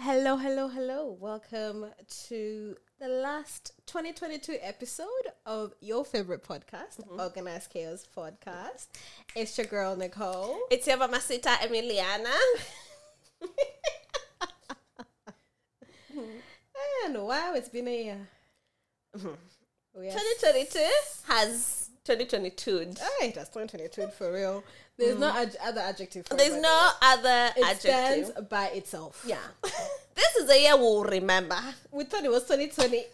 Hello, hello, hello. Welcome to the last 2022 episode of your favorite podcast, Mm-hmm. Organized Chaos Podcast. It's your girl, Nicole. It's your mamacita Emiliana. And wow, it's been a year. Mm-hmm. We are 2022 has 2022. Hey, that's 2022 for real. There's no ad- other adjective. For it, Mm. There's by no other the way. It adjective. stands by itself. Yeah. this is a year we'll remember. We thought it was 2020.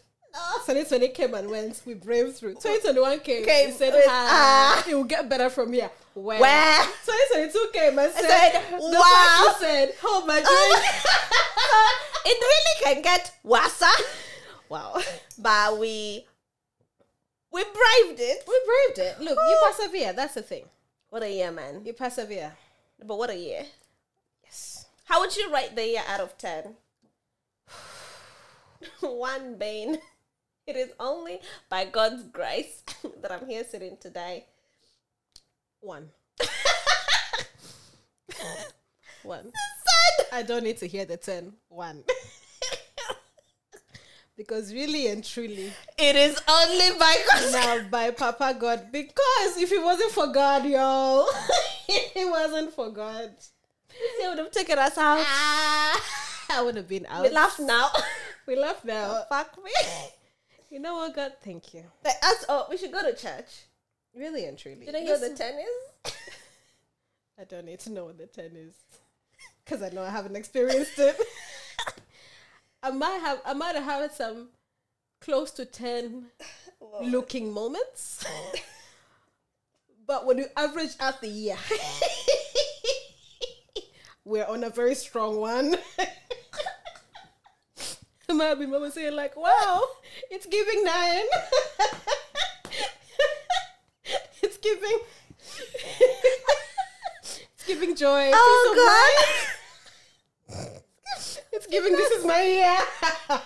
2020 came and went. We braved through. 2021 came. Came we said, with, ah, it will get better from here. Where? Where? 2022 came and said, said, the wow. Uh, fuck you said, oh my god. it really can get worse. wow. But we we braved it. We braved it. Look, Oh. you persevere. That's the thing. What a year, man. You persevere. But what a year. Yes. How would you rate the year out of 10? One bane. It is only by God's grace that I'm here sitting today. One. One. I don't need to hear the 10. One. because really and truly, It is only by God's now by Papa God. Because if it wasn't for God, y'all, it wasn't for God. They would have taken us out. I would have been out. We laugh now. We laugh now. Fuck me. You know what, God? Thank you. They asked, oh, we should go to church. Really and truly. You know hear the tennis? I don't need to know what the 10 is because I know I haven't experienced it. I might have, I might have had some close to 10 looking moments, but when you average out the year, we're on a very strong one. I might be mama saying, like, wow, it's giving nine. it's giving. it's giving joy. It's a oh, it's giving this is my year.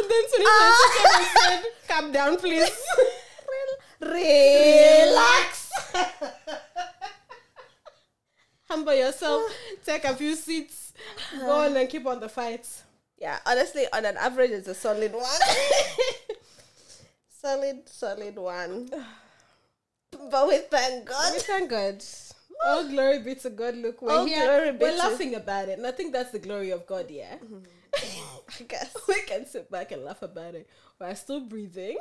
and then Sunny came and said, calm down, please. God. Relax. Humble yourself. Take a few seats. Go Uh-huh. on and keep on the fight. Yeah, honestly, on an average, it's a solid one. solid, solid one. But we thank God. We thank God. All glory be to God. Look, we're All here. glory be we're to- laughing about it. And I think that's the glory of God, yeah? I guess. We can sit back and laugh about it. We're still breathing.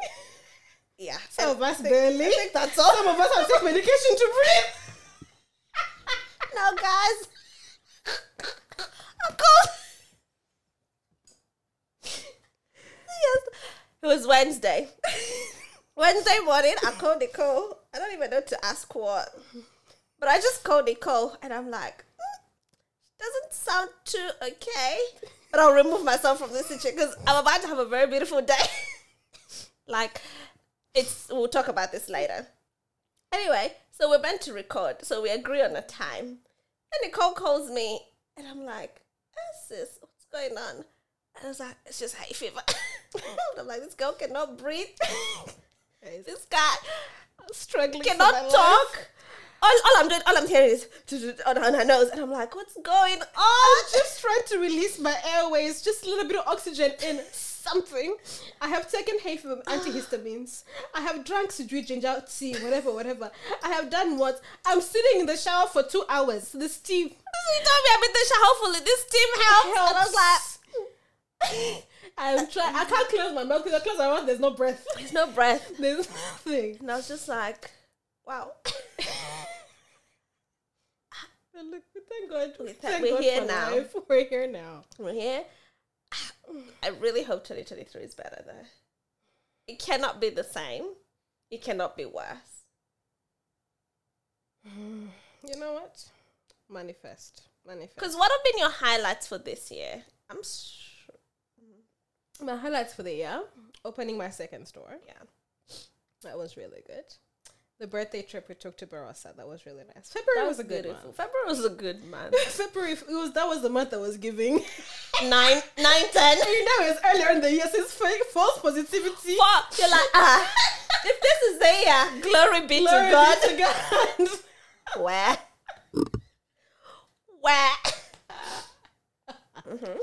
Yeah. Some of us barely. I think that's all. Some of us have to take medication to breathe. No, guys. I'm cold. Yes. It was Wednesday. Wednesday morning, I called Nicole. I don't even know to ask what. But I just called Nicole and I'm like, "Mm, doesn't sound too okay. But I'll remove myself from this situation because I'm about to have a very beautiful day. like, it's we'll talk about this later. Anyway, so we're meant to record, so we agree on a time. And Nicole calls me, and I'm like, "Eh, sis, what's going on? And I was like, it's just hay fever. And I'm like, this girl cannot breathe. this guy struggling. for my cannot life. talk. All, all I'm doing, all I'm hearing is on her nose, and I'm like, what's going on? Just trying to release my airways, just a little bit of oxygen in something. I have taken hay fever antihistamines. I have drank sujui ginger tea, whatever, whatever. I have done what? I'm sitting in the shower for two hours. The steam. She told me I'm in the shower. Hopefully, this team helps. And I was like, I'm trying. I can't close my mouth because I close my mouth. There's no breath. there's no breath. There's nothing. And I was just like, wow. But look, we thank God. We thank- thank we're God here for now. life. We're here now. We're here. I really hope 2023 is better though. It cannot be the same. It cannot be worse. You know what? Manifest. Manifest. Because what have been your highlights for this year? I'm sure. My highlights for the year opening my second store. Yeah. That was really good. The birthday trip we took to Barossa. That was really nice. February was, a good beautiful. one. February was a good month. February, it was, that was the month I was giving. nine, nine, ten. you know, it's earlier in the year since fake, false positivity. Four. You're like, ah. If this is the year, glory be Glory to be God. to God. Where? Where?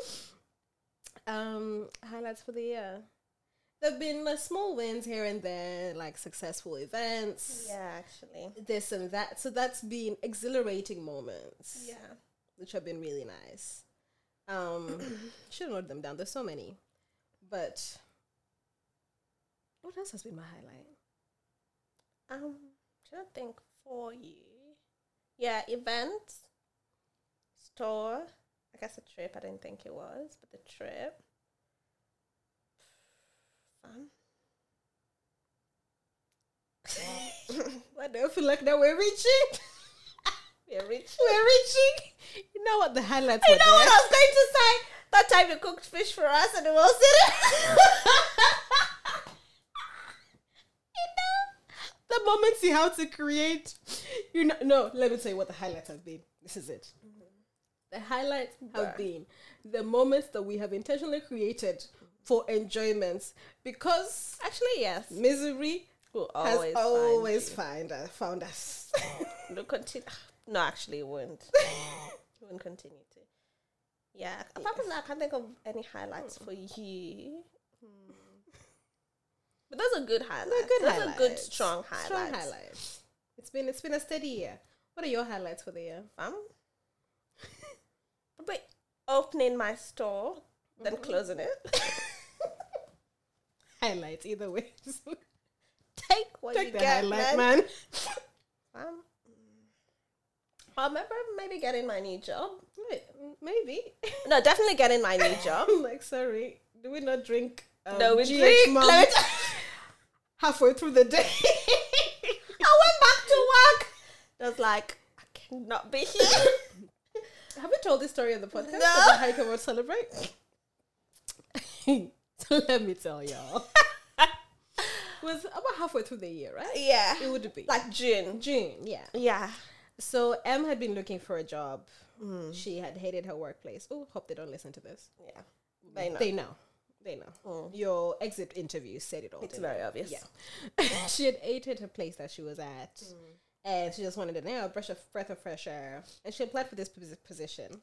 Um, highlights for the year. There've been uh, small wins here and there, like successful events, Yeah, actually. this and that. So that's been exhilarating moments, Yeah. which have been really nice. Um, should note them down. There's so many, but what else has been my highlight? Um, trying to think for you. Yeah, events, store. I guess a trip. I didn't think it was, but the trip. Fun. Why do I feel like now we're reaching? We're rich. we're reaching. You know what the highlights You were know there? what I was going to say? That time you cooked fish for us and we all said the moment see how to create you know no let me tell you what the highlights have been this is it Mm-hmm. the highlights have been the moments that we have intentionally created for enjoyments because Actually, yes. misery We'll has always, always, find you. find us, found us We'll continue. No, actually, it won't. it won't continue to. Yeah. Apart from that, I can't think of any highlights Hmm. for you. Hmm. But those are good highlights. They're good those highlights. are good, strong highlights. strong highlights it's been it's been a steady year what are your highlights for the year Um, probably opening my store, Mm-hmm. then closing it. highlights either way Oh, Take what take you the get, highlight man man. Um, I remember maybe getting my new job. Wait, m- maybe No, definitely getting my new job. I'm like, sorry, do we not drink? Um, No, we GH drink. Mum Let me t- halfway through the day. I went back to work. I was like, I cannot be here. Have we told this story on the podcast? No. About how you come out celebrate? so let me tell y'all. it was about halfway through the year, right? yeah. It would be Like June. June, yeah. Yeah. So Em had been looking for a job. Hmm. She had hated her workplace. Oh, hope they don't listen to this. Yeah. Mm. They know. They know. They know. Your exit interview said it all. Hmm. it's didn't it? very obvious. Yeah. she had hated her place that she was at. Hmm. And she just wanted an air, a breath of, breath of fresh air. And she applied for this posi- position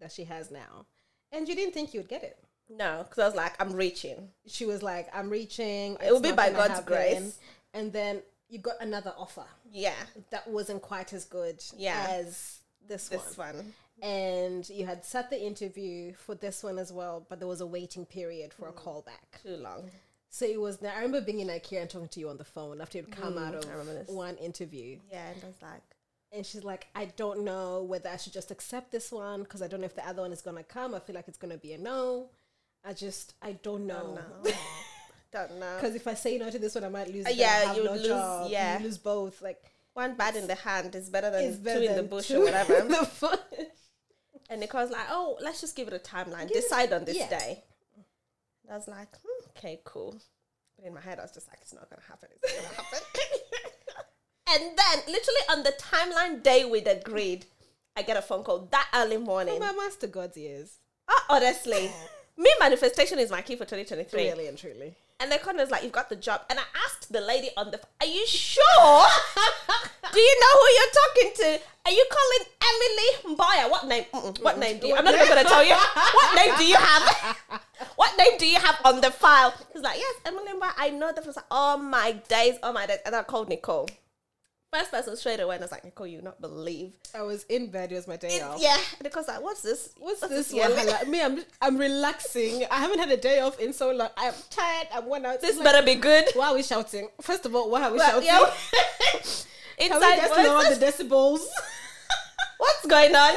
that she has now. And you didn't think you would get it. No, because I was like, I'm reaching. She was like, I'm reaching. It will it's be not by gonna God's grace. And then you got another offer Yeah. that wasn't quite as good Yeah. as this, This one. one. And you had set the interview for this one as well, but there was a waiting period Mm. for a callback. Too long. So it was. I remember being in IKEA and talking to you on the phone after you'd come out Mm, I remember this. of one interview, Yeah. And I was like, and she's like, "I don't know whether I should just accept this one because I don't know if the other one is gonna come. I feel like it's gonna be a no. I just, I don't Oh. know. no. Don't know. Because if I say no to this one, I might lose. Uh, it and yeah, I have you no lose- job. yeah. you lose both. Like One bad in the hand is better than it's better two in the than bush two or whatever. in the bush. And Nicole's like, oh, let's just give it a timeline. Give it- Decide on this yeah. day. And I was like, hmm, okay, cool. But in my head, I was just like, it's not going to happen. It's not going to happen. and then, literally on the timeline day we'd agreed, I get a phone call that early morning. My master God's ears, Oh, honestly, me manifestation is my key for 2023. really and truly. And the con was like, you've got the job. And I asked the lady on the, are you sure? do you know who you're talking to? Are you calling Emily Mboya? What name? Mm-mm. What name do you? I'm not even going to tell you. What name do you have? what name do you have on the file? He's like, yes, Emily Mboya. I know that. I was like, oh my days, oh my days. And I called Nicole. First person straight away, and I was like, Nicole, you would not believe. I was in bed. It was my day Yeah. off. yeah. And Nicole's like, what's this? What's this Yeah. one? I like- me, I'm I'm relaxing. I haven't had a day off in so long. I'm tired. I'm worn out. This Like, better be good. why are we shouting? First of all, why are we Well, shouting? yeah. Can Inside we just voices. lower the decibels? what's going on?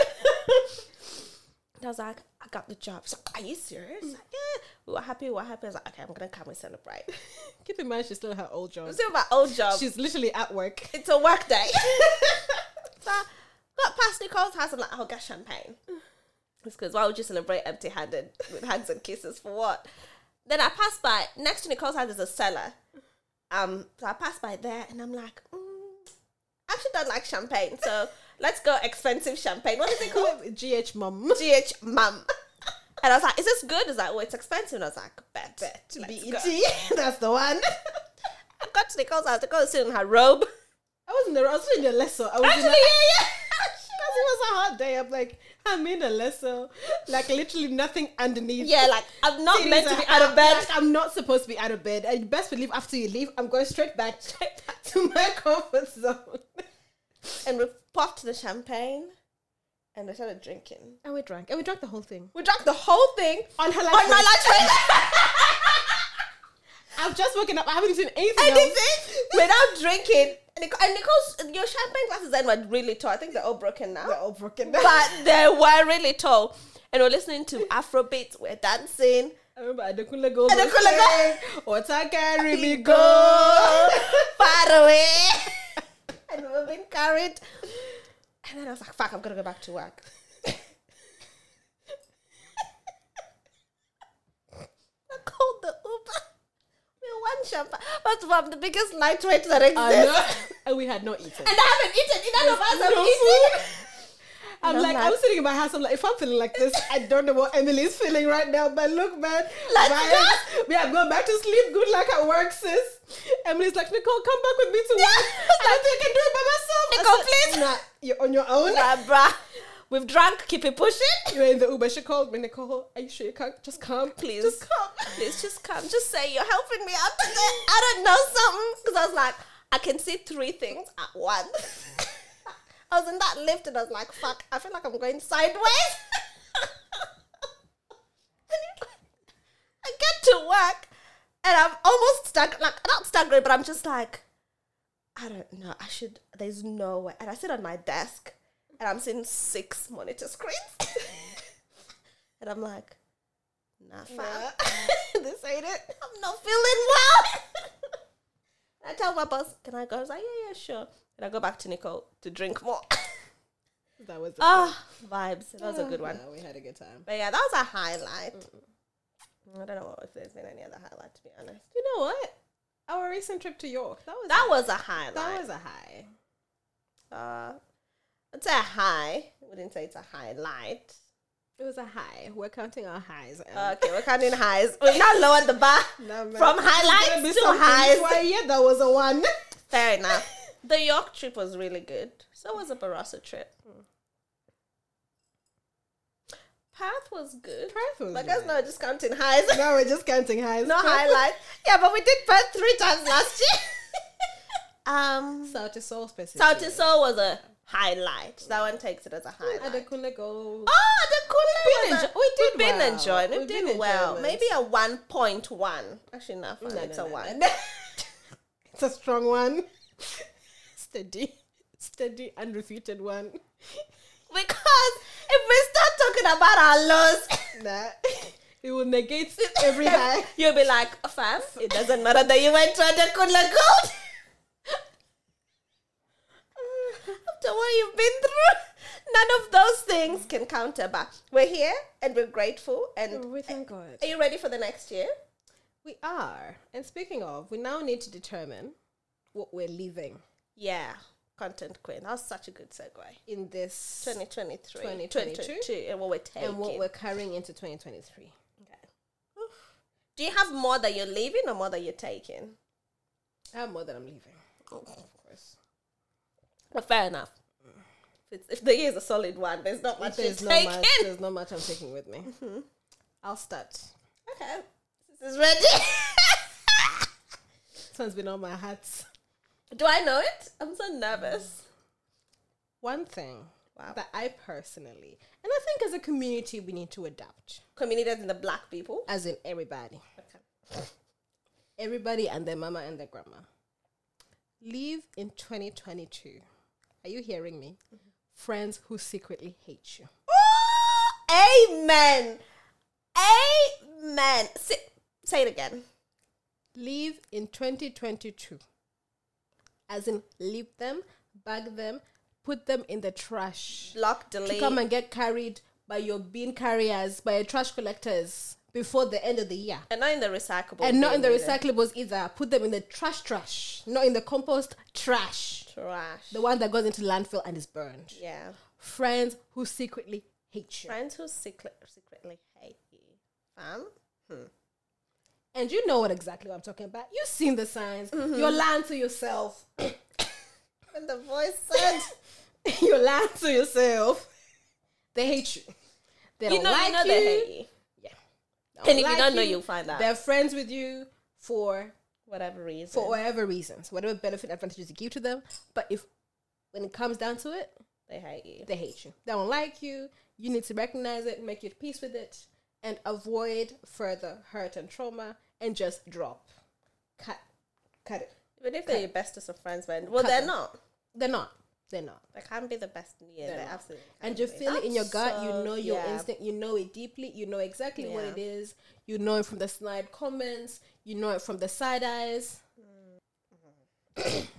and I was like, I got the job. So, are you serious? Like, yeah. We were happy. We were happy. I was like, okay, I'm gonna come and celebrate. Keep in mind, she's still at her old job. It's still my old job. She's literally at work. it's a work day. so I got past Nicole's house. I'm like, I'll get champagne. It's because why would you celebrate empty-handed with hugs and kisses for what? Then I passed by next to Nicole's house is a cellar. Um, so I passed by there and I'm like, mm, I actually don't like champagne. So let's go expensive champagne. What is it called? GH mum. GH mum. And I was like, is this good? It's like, well, it's expensive. And I was like, bet. E Bet. Let's go. BET. E That's the one. I got to Nicole's house. Nicole was sitting in her robe. I wasn't there. I was doing a lesson. I was Actually, in a, yeah, yeah. was a hot day. I'm like, I'm in a lasso. Like literally nothing underneath. Yeah, like I'm not Things meant to are be out of bed. Like, I'm not supposed to be out of bed. And best believe after you leave, I'm going straight back, straight back to my comfort zone. and we popped the champagne and we started drinking. And we drank. And we drank the whole thing. We drank the whole thing On her on my break. lunch break. I've just woken up. I haven't seen anything else. Anything without drinking. And Nico- and Nicole's your champagne glasses then were really tall. I think they're all broken now. They're all broken down. but they were really tall. And we're listening to Afrobeat. We're dancing. I remember Adekunle Gold. Adekunle was saying, Water carry me go. far away. and we've been carried. And then I was like, fuck, I'm gonna go back to work. I called the Uber. We won champagne. But from the biggest lightweight that I exists. know. and we had not eaten. And I haven't eaten. None of us have no eaten. I'm I'm like, like- I'm sitting in my house. I'm like, if I'm feeling like this, I don't know what Emily's feeling right now. But look, man, Let's my go. ex- yeah, I'm going back to sleep. Good luck at work, sis. Emily's like, Nicole, come back with me to work. I don't think I can do it by myself. I Nicole, said, please. Nah, you're on your own. Nah, bruh. We've drunk. Keep it pushing. You're in the Uber. She called me, Nicole. Are you sure you can't just come, Please. Just come. Please just come. Just say you're helping me out today. I don't know something. Because I was like, I can see three things at once. I was in that lift and I was like, fuck, I feel like I'm going sideways. I get to work and I'm almost stuck, like, not staggering, but I'm just like, I don't know. I should, there's no way. And I sit on my desk and I'm seeing six monitor screens. and I'm like, nah, fam. this ain't it. I'm not feeling well. I tell my boss, can I go? I was like, yeah, yeah, sure. And I go back to Nicole to drink more. That was. That Ah, vibes. That was a good one. we had a good time. But yeah, that was a highlight. I don't know if there's been any other highlight, to be honest. You know what? Our recent trip to York. That was That was a highlight. that was a high. Uh, it's a high. I wouldn't say it's a highlight. It was a high. We're counting our highs. Em. Okay, we're counting highs. We've now lowered the bar No, Mm. man. from Gonna be highlights to something. highs. Why, yeah, that was a one. Fair enough. The York trip was really good. So was the Barossa trip. Mm. Perth was good. Perth was Like good. that's not discounting highs. Now we're just counting highs. no highlights. Yeah, but we did Perth three times last year. um South is so specific. South to Soul was a highlight. That one takes it as a highlight. Adekunle Gold. Oh, the We've cool been enjo- we did We've been well. enjoying. We We've did been well. enjoying Maybe a one point one. Actually, not fun. No, it's no, a no, one. no. It's a strong one. steady, steady, unrefuted one. Because if we start talking about our lows, Nah, it will negate every high. You'll be like, fam, it doesn't matter that you went to Adekula Gold. After what you've been through, none of those things can counter. But we're here and we're grateful. And We thank God. are you ready for the next year? We are. And speaking of, we now need to determine what we're leaving Yeah, content queen. That was such a good segue. in this 2023, 2022. 2022, and what we're taking. and what we're carrying into 2023. Do you have more that you're leaving or more that you're taking? I have more that I'm leaving. Of course. Well, fair enough. If, it's, if the year is a solid one, there's not much There's you're not taking. much. There's not much I'm taking with me. Mm-hmm. I'll start. Okay. This is ready. This one's been on my hats. Do I know it? I'm so nervous. One thing Wow. that I personally, and I think as a community, we need to adapt, Community as in the black people. as in everybody, Okay. everybody and their mama and their grandma. Leave in 2022. Are you hearing me? Friends who secretly hate you. Oh, Amen. Amen. Say, say it again. leave in 2022 as in leave them bag them put them in the trash Block, to delete. come and get carried by your bin carriers by your trash collectors before the end of the year and not in the recyclable. and not in the bin either. recyclables either put them in the trash trash not in the compost trash Trash. the one that goes into landfill and is burned yeah. friends who secretly hate you Friends who secret, secretly hate you. Fam? and you know what exactly what i'm talking about you've Mm-hmm. seen the signs you're lying to yourself When the voice said, You're lying to yourself. They hate you. They You don't know, like you know they hate you. They And if you don't know, you'll find out. They're friends with you for Whatever reason. for whatever reasons, whatever benefit advantages you give to them. But if when it comes down to it, they hate you. they hate you. They don't like you. You need to recognize it, make your peace with it, and avoid further hurt and trauma, and just drop, cut, cut it. But if they're your bestest of friends, then well, Cut they're them. not. They're not. They're not. They can't be the best. Yeah, They're they not. absolutely. and can't you be. feel it in your gut. So, you know your yeah. instinct. You know it deeply. You know exactly what Yeah. it is. You know it from the snide comments. You know it from the side eyes.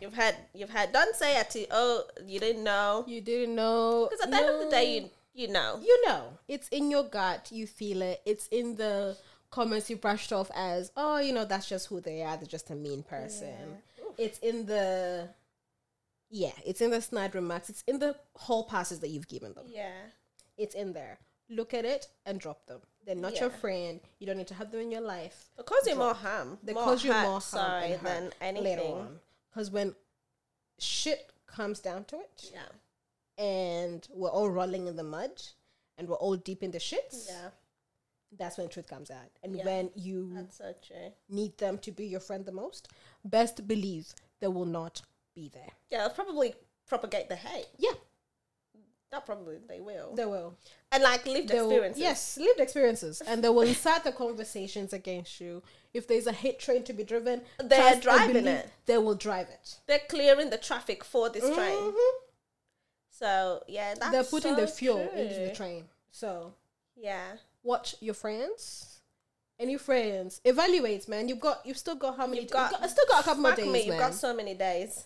You've had, you've had. Don't say it to. Oh, you didn't know. You didn't know. Because at the end of the day, you you know. you know it's in your gut. You feel it. It's in the comments you brushed off as, oh, you know, that's just who they are. They're just a mean person. It's in the. Yeah, it's in the snide remarks. It's in the whole passes that you've given them. Yeah. It's in there. Look at it and drop them. They're not your Yeah. friend. You don't need to have them in your life. They cause you more harm. they more cause you hurt, more harm sorry, and hurt than anything. later on. Because when shit comes down to it, Yeah. and we're all rolling in the mud, and we're all deep in the shits, Yeah. that's when truth comes out. And Yeah. when you That's so true. need them to be your friend the most, best believe they will not be there. Yeah, they'll probably propagate the hate. Yeah, Not probably, they will. they will. and like lived They will- experiences. yes, lived experiences, and they will incite the conversations against you. If there's a hate train to be driven, They're trust and driving believe it. They will drive it. They're clearing the traffic for this train. Mm-hmm. Mhm. So, yeah, that's they're putting so the fuel true. into the train. So Yeah. watch your friends. Any friends? Evaluate, man. You've got you've still got how many? You've da- got, you've got- still got a couple more fuck days, me, you've man. got so many days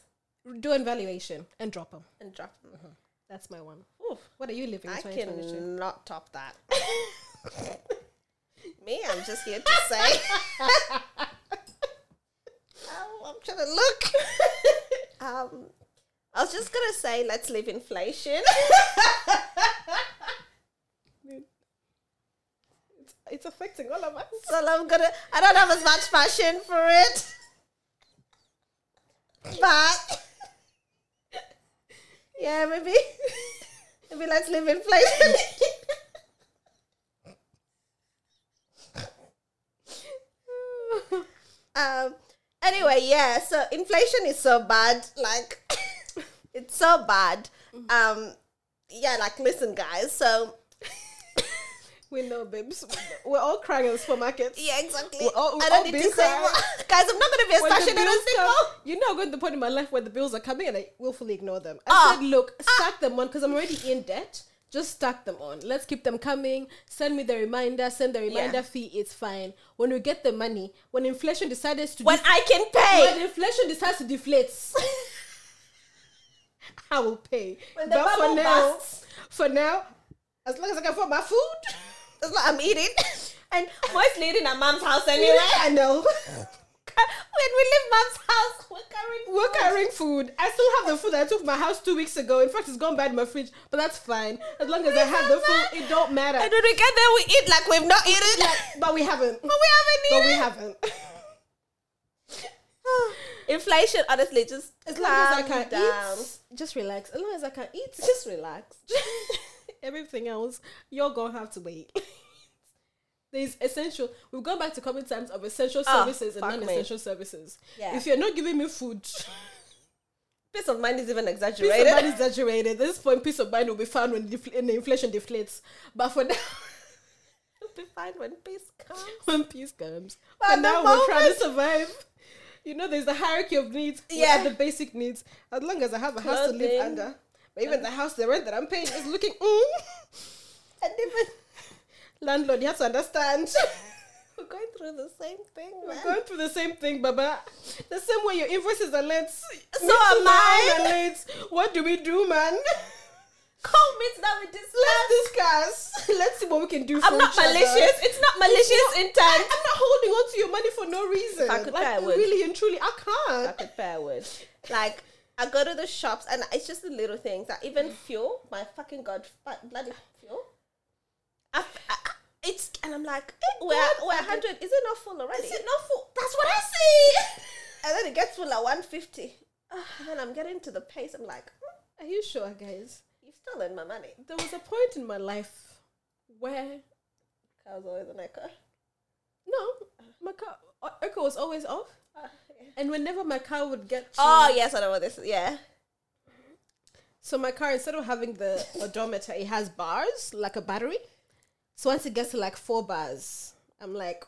Do an evaluation and drop them. and drop them. That's my one. Oof, What are you living in I 2022? cannot top that. me, I'm just here to say. Oh, I'm trying to look. um, I was just gonna say, let's leave inflation. It's, it's affecting all of us. so I'm gonna. I don't have as much passion for it, but yeah, maybe maybe let's leave inflation. um. Anyway, yeah. So inflation is so bad. Like, it's so bad. Um. Yeah. Like, listen, guys. So we know, babes. We're all crying in the supermarkets. Yeah, exactly. We're all- we're I all don't need being to say crying. more. Guys, I'm not going to be a oh, When the stationary bills single. come, you know, I'm going to the point in my life where the bills are coming and I willfully ignore them. I Ah. said, look, stack them on because I'm already in debt. Just stack them on. Let's keep them coming. Send me the reminder. Send the reminder Yeah. fee. It's fine. When we get the money, when inflation decides to When def- I can pay. when inflation decides to deflate, I will pay. When the but for bubble now, bursts. for now, as long as I can afford my food, That's what I'm eating. And most eating at mom's house anyway. I know. when we leave mom's house, we're carrying. We're carrying food. I still have the food I took from my house two weeks ago. In fact, it's gone bad in my fridge, but that's fine. As long as I have the food, it don't And matter. when we get there, we eat like we've not eaten. But we haven't. but we haven't eaten. But we haven't. Inflation, honestly, just As long as I can down. eat, just relax. As long as I can eat, Just relax. everything else, you're gonna have to wait. There's essential. We've gone back to common terms of essential Oh, services and fuck me. non-essential services. Yeah. If you're not giving me food, Peace of mind is even peace exaggerated. of mind is exaggerated. At this point, peace of mind will be found when, defl- when the inflation deflates. But for now, It'll be fine when peace comes. when peace comes, But for the now we're trying to moment- survive. You know, there's the hierarchy of needs. We're Yeah. at the basic needs. As long as I have a house to Clothing. Uh. live under, but even the house, the rent that I'm paying is looking. Mm, And even landlord, you have to understand. we're going through the same thing. We're man. going through the same thing, Baba. The same way your invoices are late. So am I. Are late. What do we do, man? Call me now with this Let's discuss. Let's see what we can do. for I'm not each other. malicious. It's not malicious I, I'm intent. not holding on to your money for no reason. I could, like, I would. Really and truly, I can't. Like a fair word. Like I go to the shops and it's just the little things. Like even fuel, my fucking god, fu- bloody fuel. I, I, I- it's and I'm like, eh, we're God, we're I did- hundred. Is it not full already? Is it not for? That's what I Ah, see. and then it gets full at one fifty. And then I'm getting to the pace. I'm like, mm, Are you sure, guys? You've stolen my money. There was a point in my life where I was always an echo. no, my car uh, echo was always off, Ah, yeah. and whenever my car would get to- Oh yes, I know what this. Is. Yeah. So my car, instead of having the odometer, it has bars like a battery. So once it gets to like four bars, I'm like,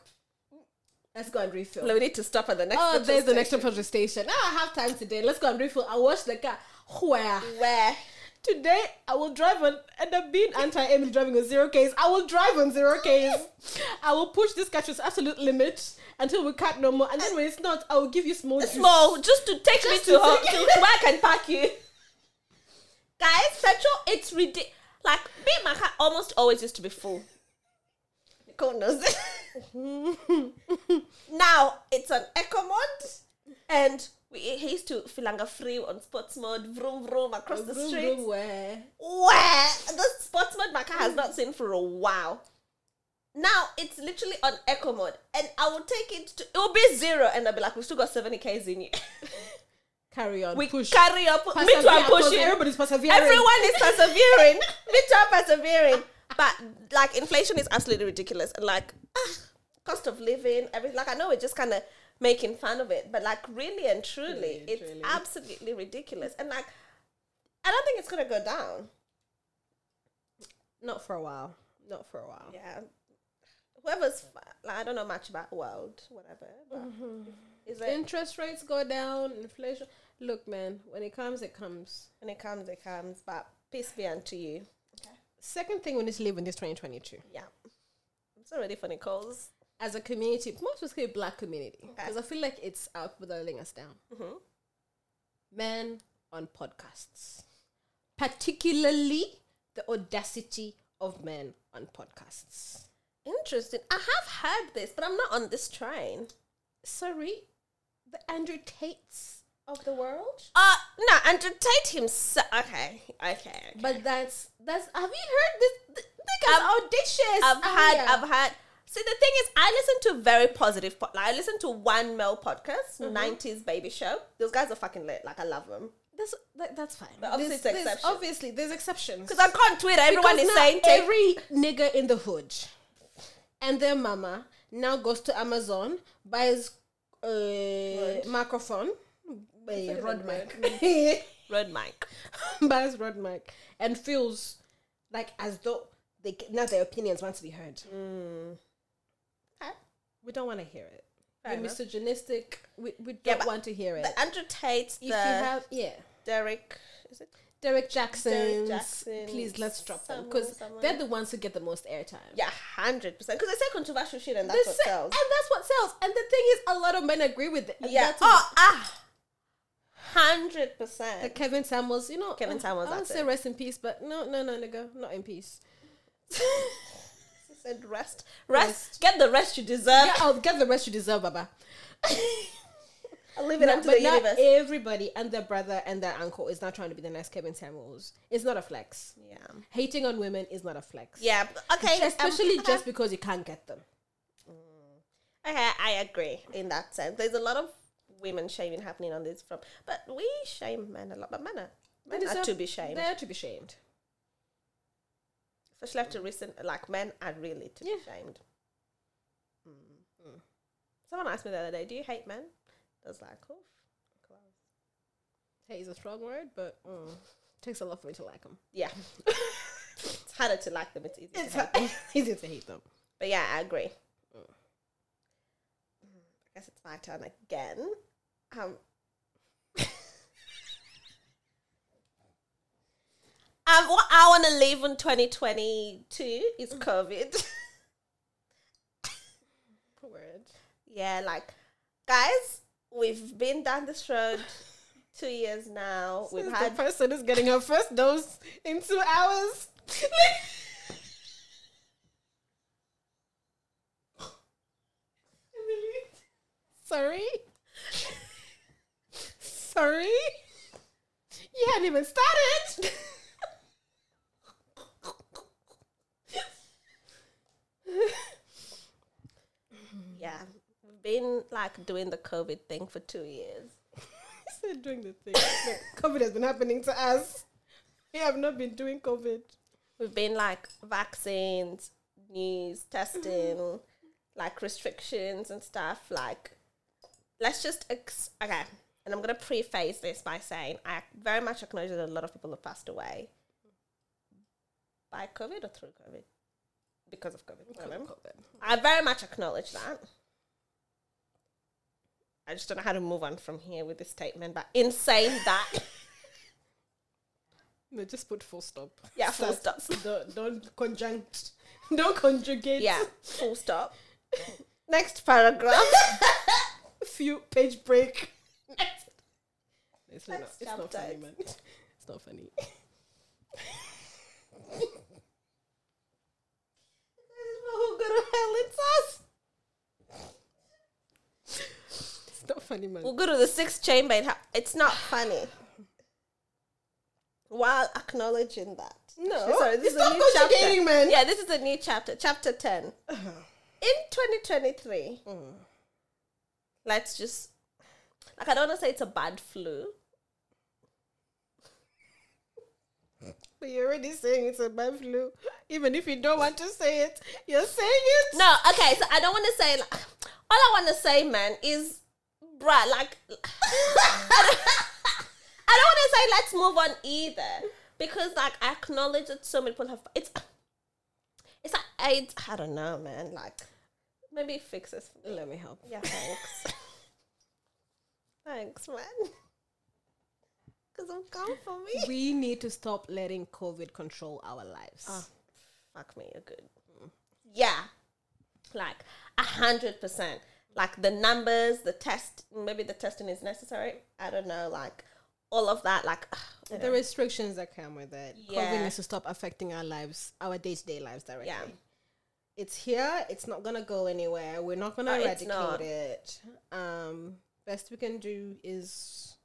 let's go and refill. we need to stop at the next. oh, petrol there's the next station. petrol station. Oh, I have time today. Let's go and refill. I wash the car. Where Where? today I will drive on end up being anti Emily driving on zero Ks. I will drive on zero Ks. I will push this car to its absolute limit until we can't no more. And then when it's not, I will give you small. juice. Small, just to take Just me to, to home, take- to where I can park you. Guys, petrol, it's ridiculous. Like, me, and my car almost always used to be full. Nicole knows this. now it's on eco mode, and we he used to filanga free on sports mode, vroom vroom across the Vroom, street. vroom, where? Where the sports mode my car has not seen for a while. Now it's literally on eco mode, and I will take it to it will be zero, and I'll be like, we've still got seventy k's in you. Carry on. we push. carry up. Me Persevere, too, I'm 'cause pushing. Everybody's persevering. Everyone is persevering. Me too, I'm persevering. But like, inflation is absolutely ridiculous, and like, ah, cost of living, everything. Like, I know we're just kind of making fun of it, but like, really and truly, Really and it's truly. absolutely ridiculous. And like, I don't think it's gonna go down. Not for a while. Not for a while. Yeah. Whoever's f- like, I don't know much about world, whatever. But Mm-hmm. is it Interest rates go down, inflation. Look, man, when it comes, it comes. when it comes, it comes. But peace be unto you. Second thing we need to live in this 2022 Yeah. I'm so ready for Nicole's. as a community, more specifically, black community, Okay. because I feel like it's out butting us down. Mm-hmm. Men on podcasts, particularly the audacity of men on podcasts. Interesting. I have heard this, but I'm not on this train. Sorry, the Andrew Tates of the world. Uh no, Andrew Tate himself. Okay, okay. But that's that's. Have you heard this? Th- They guys are audacious. I've Ah, had, yeah. I've had. See, the thing is, I listen to very positive. Po- like, I listen to one male podcast, Mm-hmm. '90s Baby Show. Those guys are fucking lit. Like I love them That's that, that's fine. But obviously There's- it's there's- exceptions. Obviously, there's exceptions. because I can't Twitter. Everyone Because is now saying take. every nigger in the hood and their mama now goes to Amazon buys uh, microphone, uh, rod mic, Road mic. buys rod mic, and feels like as though they c- now their opinions want to be heard. Ah, Okay. We don't want to hear it. Mm. Fair We're enough. misogynistic. We, we Yeah, don't but want to hear it. The Andrew Tate, if the you have yeah. Derek. Is it? Derek Jackson, Jacksons, please let's drop them Samuel, because someone. they're the ones who get the most airtime. Yeah, hundred percent. Because they say controversial shit, and They that's what say- sells. and that's what sells. And the thing is, a lot of men agree with it. And Yeah. that's what- Oh, ah. Hundred the percent. Kevin Samuels, you know, Kevin uh, Samuels, I would that's say it. rest in peace, but no, no, no, nigga, not in peace. She said rest, Rest. rest. Get the rest you deserve. yeah, I'll get the rest you deserve, Baba. I'll leave it No, up to but the not universe. everybody and their brother and their uncle is not trying to be the next Kevin Samuels. It's not a flex. yeah. Hating on women is not a flex. Yeah. b- Okay. um, Especially okay. just because you can't get them. Okay, I agree in that sense. There's a lot of women shaming happening on this from, but we shame men a lot. But men are They men are deserve- to be shamed, They're to be shamed. especially after recent. Like men are really to be Yeah. shamed. Mm. Someone asked me the other day, "Do you hate men?" I was like, "Oof." Hate is a strong word, but mm, takes a lot for me to like them. Yeah. it's harder to like them. It's easier. to hate. It's easy to hate them. But yeah, I agree. Mm. I guess it's my turn again. Um, um what I want to leave in 2022 is Mm. COVID. Word. yeah, like, guys, we've been down this road two years now. We've Since had the person is getting her first dose in two hours. Sorry. Sorry. You hadn't even started. yeah, we've been like doing the COVID thing for two years. Still doing the thing. Look, COVID has been happening to us. We have not been doing COVID. We've been like vaccines, news, testing, like restrictions and stuff. Like, let's just ex- okay. And I'm gonna preface this by saying I very much acknowledge that a lot of people have passed away by COVID or through COVID, because of COVID. I don't know. I very much acknowledge that. I just don't know how to move on from here with this statement, but in saying that, No, just put full stop. Yeah, full Stop. stop. Don't, don't conjunct. Don't conjugate. yeah, full stop. Next paragraph. Few page break. It's not, Next it's not chapter. funny, man. It's not funny. Who go to hell? It's us. It's not funny, man. We'll go to the sixth chamber. It ha- it's not funny. While acknowledging that. No. Sorry, this Stop is a new chapter. conjugating, man. Yeah, this is a new chapter. Chapter 10. In 2023, let's just. Like, I don't want to say it's a bad flu. But you're already saying it's a bad flu. Even if you don't want to say it, you're saying it. No, okay, so I don't want to say. Like, all I want to say, man, is. Bruh, like. I don't want to say let's move on either because like I acknowledge that so many people have it's it's like I I don't know man like maybe fix this Let me help. yeah thanks thanks man because I'm gone for me We need to stop letting COVID control our lives. oh, fuck me you're good Mm. yeah like a hundred percent like the numbers the test maybe the testing is necessary I don't know like all of that like I The don't restrictions that come with it. COVID Yeah. needs to stop affecting our lives, our day to day lives directly. Yeah. It's here, it's not gonna go anywhere. We're Ah, not gonna Uh, it's eradicate not. it. Um best we can do is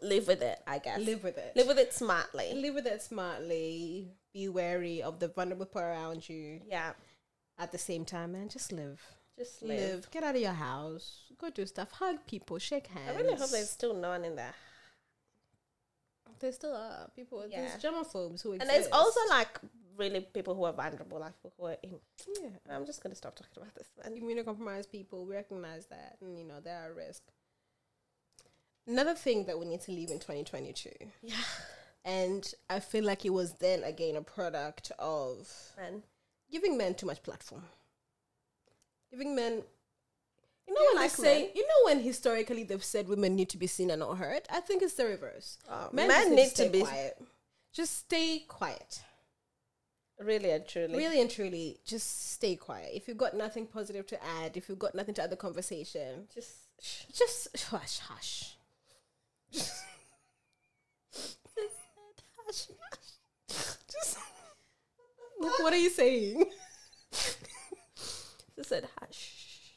live with it, I guess. live with it. Live with it smartly. live with it smartly. Be wary of the vulnerable people around you. Yeah. At the same time, man, just live. Just live. live. Get out of your house. Go do stuff. Hug people. Shake I hands. really hope there's still no one in there. there still are people. Yeah. There's germophobes who And exist. there's also like really people who are vulnerable, like people who are in. yeah, I'm just gonna stop talking about this. man. immunocompromised people. We recognize that, and you know they're at risk. Another thing that we need to leave in 2022, Yeah. and I feel like it was then again a product of Man. giving men too much platform. Giving men, you know, Do you when like they say, men? you know, when historically they've said women need to be seen and not heard. I think it's the reverse. Oh, Men, just need to, be quiet. Just stay quiet. really and truly. Really and truly, just stay quiet. If you've got nothing positive to add, if you've got nothing to add the conversation, Just shh. just hush, hush. Hush, hush. Just look. What are you saying? Just said hush.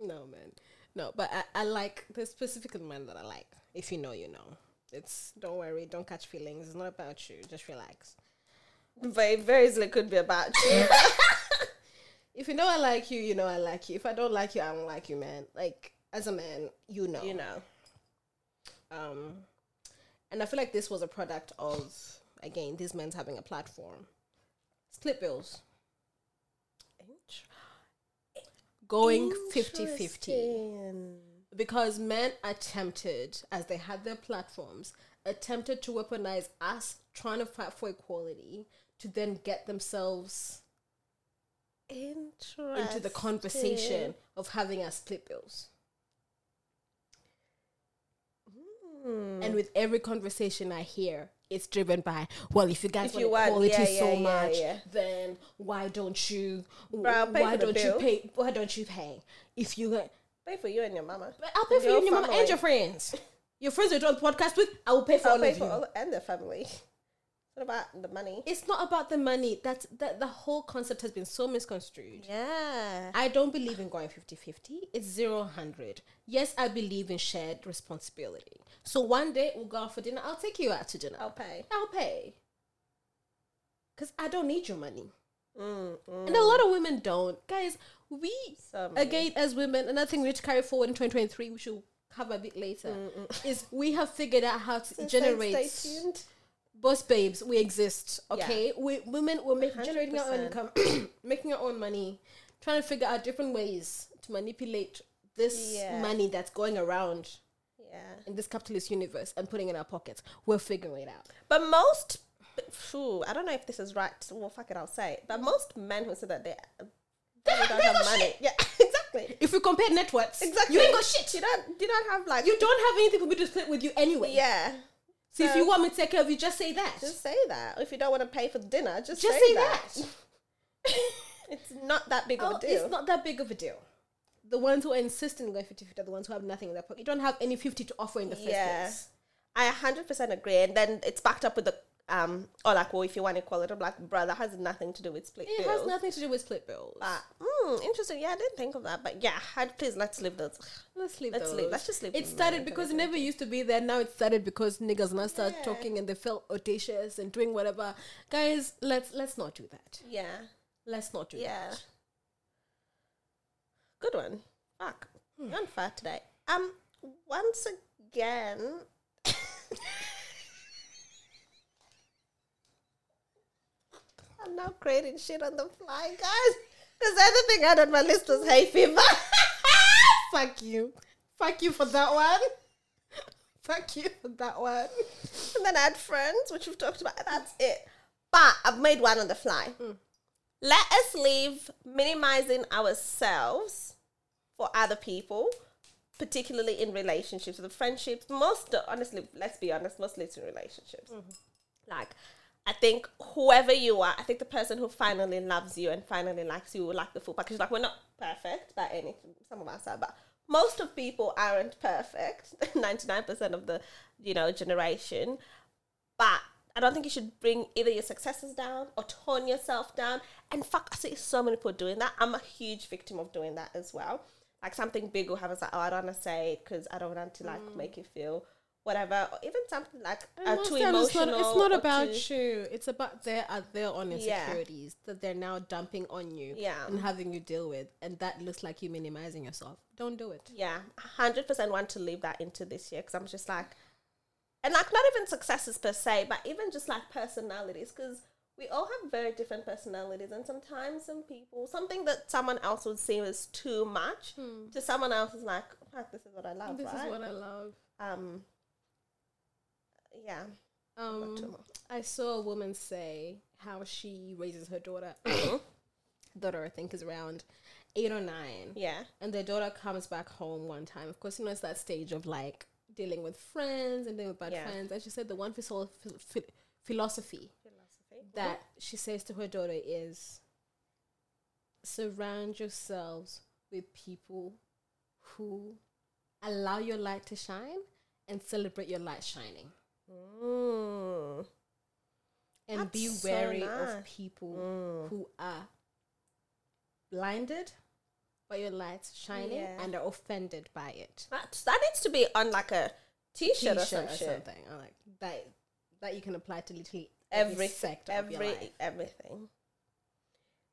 No, man. No, but I, I like the specific man that I like. If you know, you know. It's don't worry, don't catch feelings. It's not about you. Just relax. But it very easily could be about you. If you know I like you, you know I like you. If I don't like you, I don't like you, man. Like as a man, you know. you know. um and i feel like this was a product of again these men's having a platform split bills going 50-50 Interesting. because men attempted as they had their platforms attempted to weaponize us trying to fight for equality to then get themselves Interesting. into the conversation of having us split bills Hmm. And with every conversation I hear, it's driven by, well, if you guys If want you want- equality yeah, yeah, so yeah, much, yeah. then why don't you? Bruh, I'll pay why for the don't you bill. pay? Why don't you pay? If you, but Pay for you and your mama. I'll pay for you Your and your mama family. and your friends, your friends you do the podcast with. I will pay for I'll all pay of for you. all and the family. What about the money? it's not about the money. That's that the whole concept has been so misconstrued. Yeah. I don't believe in going 50 50. It's zero hundred. Yes, I believe in shared responsibility. So one day we'll go out for dinner. I'll take you out to dinner. I'll pay. I'll pay. Because I don't need your money. Mm, mm. And a lot of women don't. Guys, we, So many. again, as women, another thing we need to carry forward in 2023, we should cover a bit later, is we have figured out how to So stay- generate Stay tuned. boss babes, we exist. Yeah. Okay, we women we're make, generating our own 100%. income, making our own money, trying to figure out different ways to manipulate this Yeah. money that's going around Yeah. in this capitalist universe and putting it in our pockets. We're figuring it out. But most, phew, I don't know if this is right. so, Well, fuck it, I'll say it. But most men who say that they, they ha- don't they have got money. shit. Yeah, exactly. If we compare networks, Exactly. you ain't got shit. You don't. You don't have like. You don't have anything for me to split with you anyway. yeah. So if So- you want me to take care of you, just say that. Just say that. If you don't want to pay for dinner, just, Just say, say that. that. it's not that big Oh, of a deal. it's not that big of a deal. The ones who are insisting on going 50 50 are the ones who have nothing in their pocket. You don't have any 50 to offer in the first Yeah. place. I 100% agree. And then it's backed up with the, um, or like, well, if you want equality, I'm like, brother, has nothing to do with split It bills. has nothing to do with split bills. But, mm, interesting. Yeah, I didn't think of that. But yeah, I, please let's leave those. let's leave Let's those. leave- let's just leave It them started alone, because it never used to be there. Now it started because niggas now start Yeah. talking and they felt audacious and doing whatever. Guys, let's let's not do that. Yeah, Let's not do Yeah. that. good one. Fuck, Hmm. you're on fire today. Um, once again. I'm now creating shit on the fly, guys. Because the other thing I had on my list was hay fever. Fuck you. Fuck you for that one. Fuck you for that one. and then I had friends, which we've talked about. and That's it. But I've made one on the fly. Let us leave minimizing ourselves for other people, particularly in relationships, with friendships. Most, honestly, let's be honest, mostly it's in relationships. Like, I think whoever you are, I think the person who finally loves you and finally likes you will like the full package. Like, we're not perfect by any, some of us are, but most of people aren't perfect. 99% of the, you know, generation. But I don't think you should bring either your successes down or tone yourself down. And fuck, I see so many people doing that. I'm a huge victim of doing that as well. Like something big will happen, it's like, oh, I don't want to say it because I don't want to like make you feel whatever. Or even something like uh, Mm. Most too times it's emotional. not, it's not or about too- you. It's about their uh, their own Yeah. insecurities that they're now dumping on you Yeah. and having you deal with, and that looks like you minimizing yourself. Don't do it. Yeah, hundred percent want to leave that into this year because I'm just like, and like not even successes per se, but even just like personalities because we all have very different personalities, and sometimes some people something that someone else would see as too much to someone else is like, "Fuck, this is what I love, Hmm. This right? is what I love. um, yeah, Um, too much. I saw a woman say how she raises her daughter. daughter, I think, is around eight or nine. yeah, And their daughter comes back home one time. Of course, you know, it's that stage of like dealing with friends and dealing with bad Yeah. friends. And she said the one phil- phil- philosophy philosophy. that she says to her daughter is surround yourselves with people who allow your light to shine and celebrate your light shining Mm. and be That's so wary of nice. Mm. people who are blinded by your light shining Yeah. and are offended by it That's, that needs to be on like a T-shirt t-shirt, or some shit. I'm like that that you can apply to literally every, every sector every of your life everything.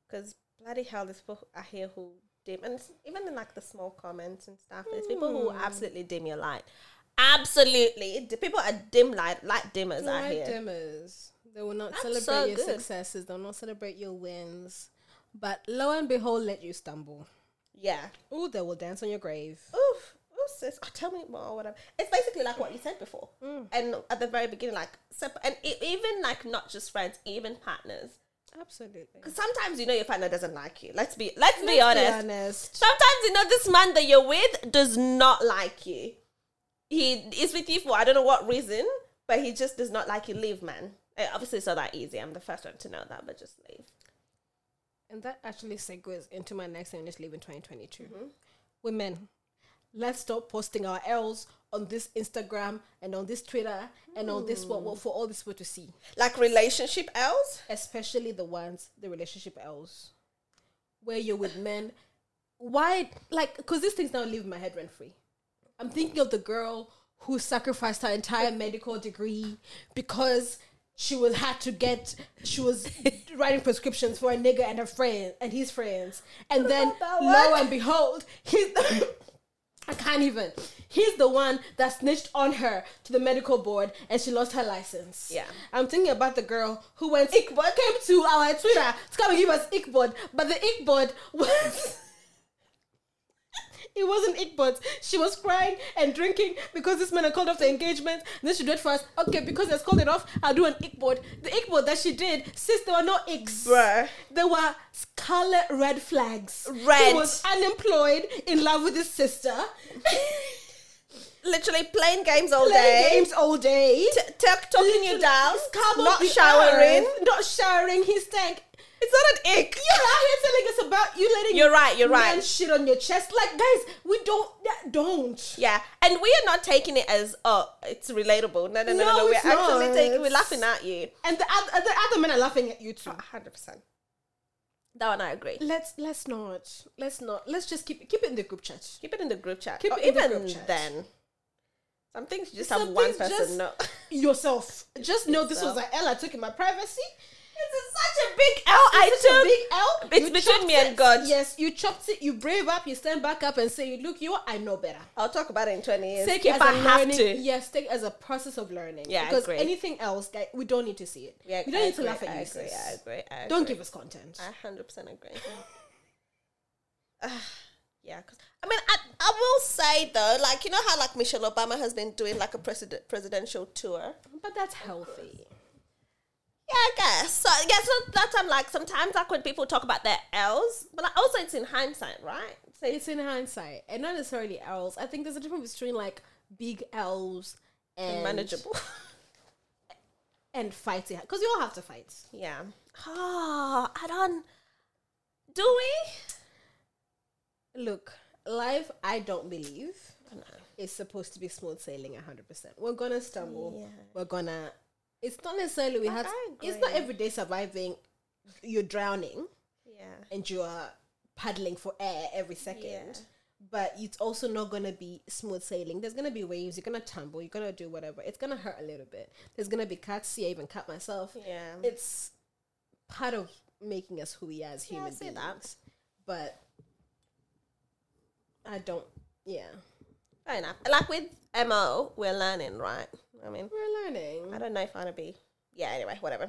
Because bloody hell, there's people I hear who dim, and it's even in like the small comments and stuff, there's people who Hmm. absolutely dim your light. Absolutely, D- people are dim light light dimmers. I Light hear. dimmers. They will not That's celebrate so your good. successes. They'll not celebrate your wins. But lo and behold, let you stumble. yeah. Ooh, they will dance on your grave. Oof. Oh, sis. Oh, tell me more. Whatever. It's basically like what you said before, Hmm. and at the very beginning, like sep- and e- even like not just friends, even partners. Absolutely. Because sometimes you know your partner doesn't like you. Let's be let's, be Let's honest. Sometimes you know this man that you're with does not like you. He is with you for I don't know what reason, but he just does not like you. Leave, man. Eh, Obviously, it's not that easy. I'm the first one to know that, but just leave. And that actually segues into my next English leave in 2022. Mm-hmm. Women, let's stop posting our L's on this Instagram and on this Twitter and on this what, what for all these people to see. Like relationship else. especially the ones the relationship else where you're with men why like because these things now leave my head rent free i'm thinking of the girl who sacrificed her entire medical degree because she was had to get she was writing prescriptions for a nigga and her friend and his friends and then about that lo one? and behold he I can't even. He's the one that snitched on her to the medical board and she lost her license. Yeah. I'm thinking about the girl who went Ickbod came to our Twitter to come and give us Ickbod, but the Ickbod was It wasn't Ickbod. She was crying and drinking because this man had called off the engagement. Then she did it for us. Okay, because he has called it off, I'll do an Ickbod. The Ickbod that she did, since there were no Icks, Bruh. there were scarlet red flags. He Red. was unemployed, in love with his sister, Literally playing games all playing day. games all day, T- tuck- talking you Literally down. scum of Not the showering. earth, not showering. He stank. It's not an ick. You're out here telling us about you letting You're right, you're men right. shit on your chest. Like guys, we don't yeah, don't. Yeah, and we are not taking it as oh, it's relatable. No, no, no, no. No, no. We're it's actually not. taking. We're laughing at you. And the other, the other men are laughing at you too. Hundred percent. That one I agree. Let's let's not let's not let's just keep keep it in the group chat. Keep it in the group chat. Keep Or it in the even group chat. then, some things you just have Some one things person just- know. Yourself, just know this was Yourself. an L I took in my privacy. It's such a big L I It's took. a big L. It's You between chopped me and it. God. Yes, you chopped it. You brave up. You stand back up and say, "Look, you. I know better." I'll talk about it in twenty years Take it if as I a have learning. to. Yes, take it as a process of learning. Yeah, I because agree. anything else, guy, we don't need to see it. Yeah, we don't I need to agree, laugh at I you. agree, sis. I agree. I Don't agree. give us content. I hundred percent agree. Ah, yeah, 'cause- I mean, I, I will say though, like you know how like Michelle Obama has been doing like a president presidential tour. but that's healthy. Yeah, I guess. So I guess that- that's I'm like sometimes like when people talk about their L's, but like, also it's in hindsight, right? So it's It's in hindsight, and not necessarily L's. I think there's a difference between like big L's and manageable. and fighting because we all have to fight. yeah. Ah, Oh, I don't. Do we? Look, life. I don't believe. I don't know. It's supposed to be smooth sailing 100%. We're gonna stumble. Yeah. We're gonna. It's not necessarily we I- have. I It's not agree. everyday surviving. You're drowning Yeah. and you are paddling for air every second. Yeah. But it's also not gonna be smooth sailing. There's gonna be waves. You're gonna tumble. You're gonna do whatever. It's gonna hurt a little bit. There's gonna be cuts. See, I even cut myself. Yeah. It's part of making us who we are as Yeah, I human see beings. that. But I don't. Yeah. Fair enough. Like with Mo, we're learning, right? I mean, We're learning. I don't know if I want to be. Yeah, anyway, whatever.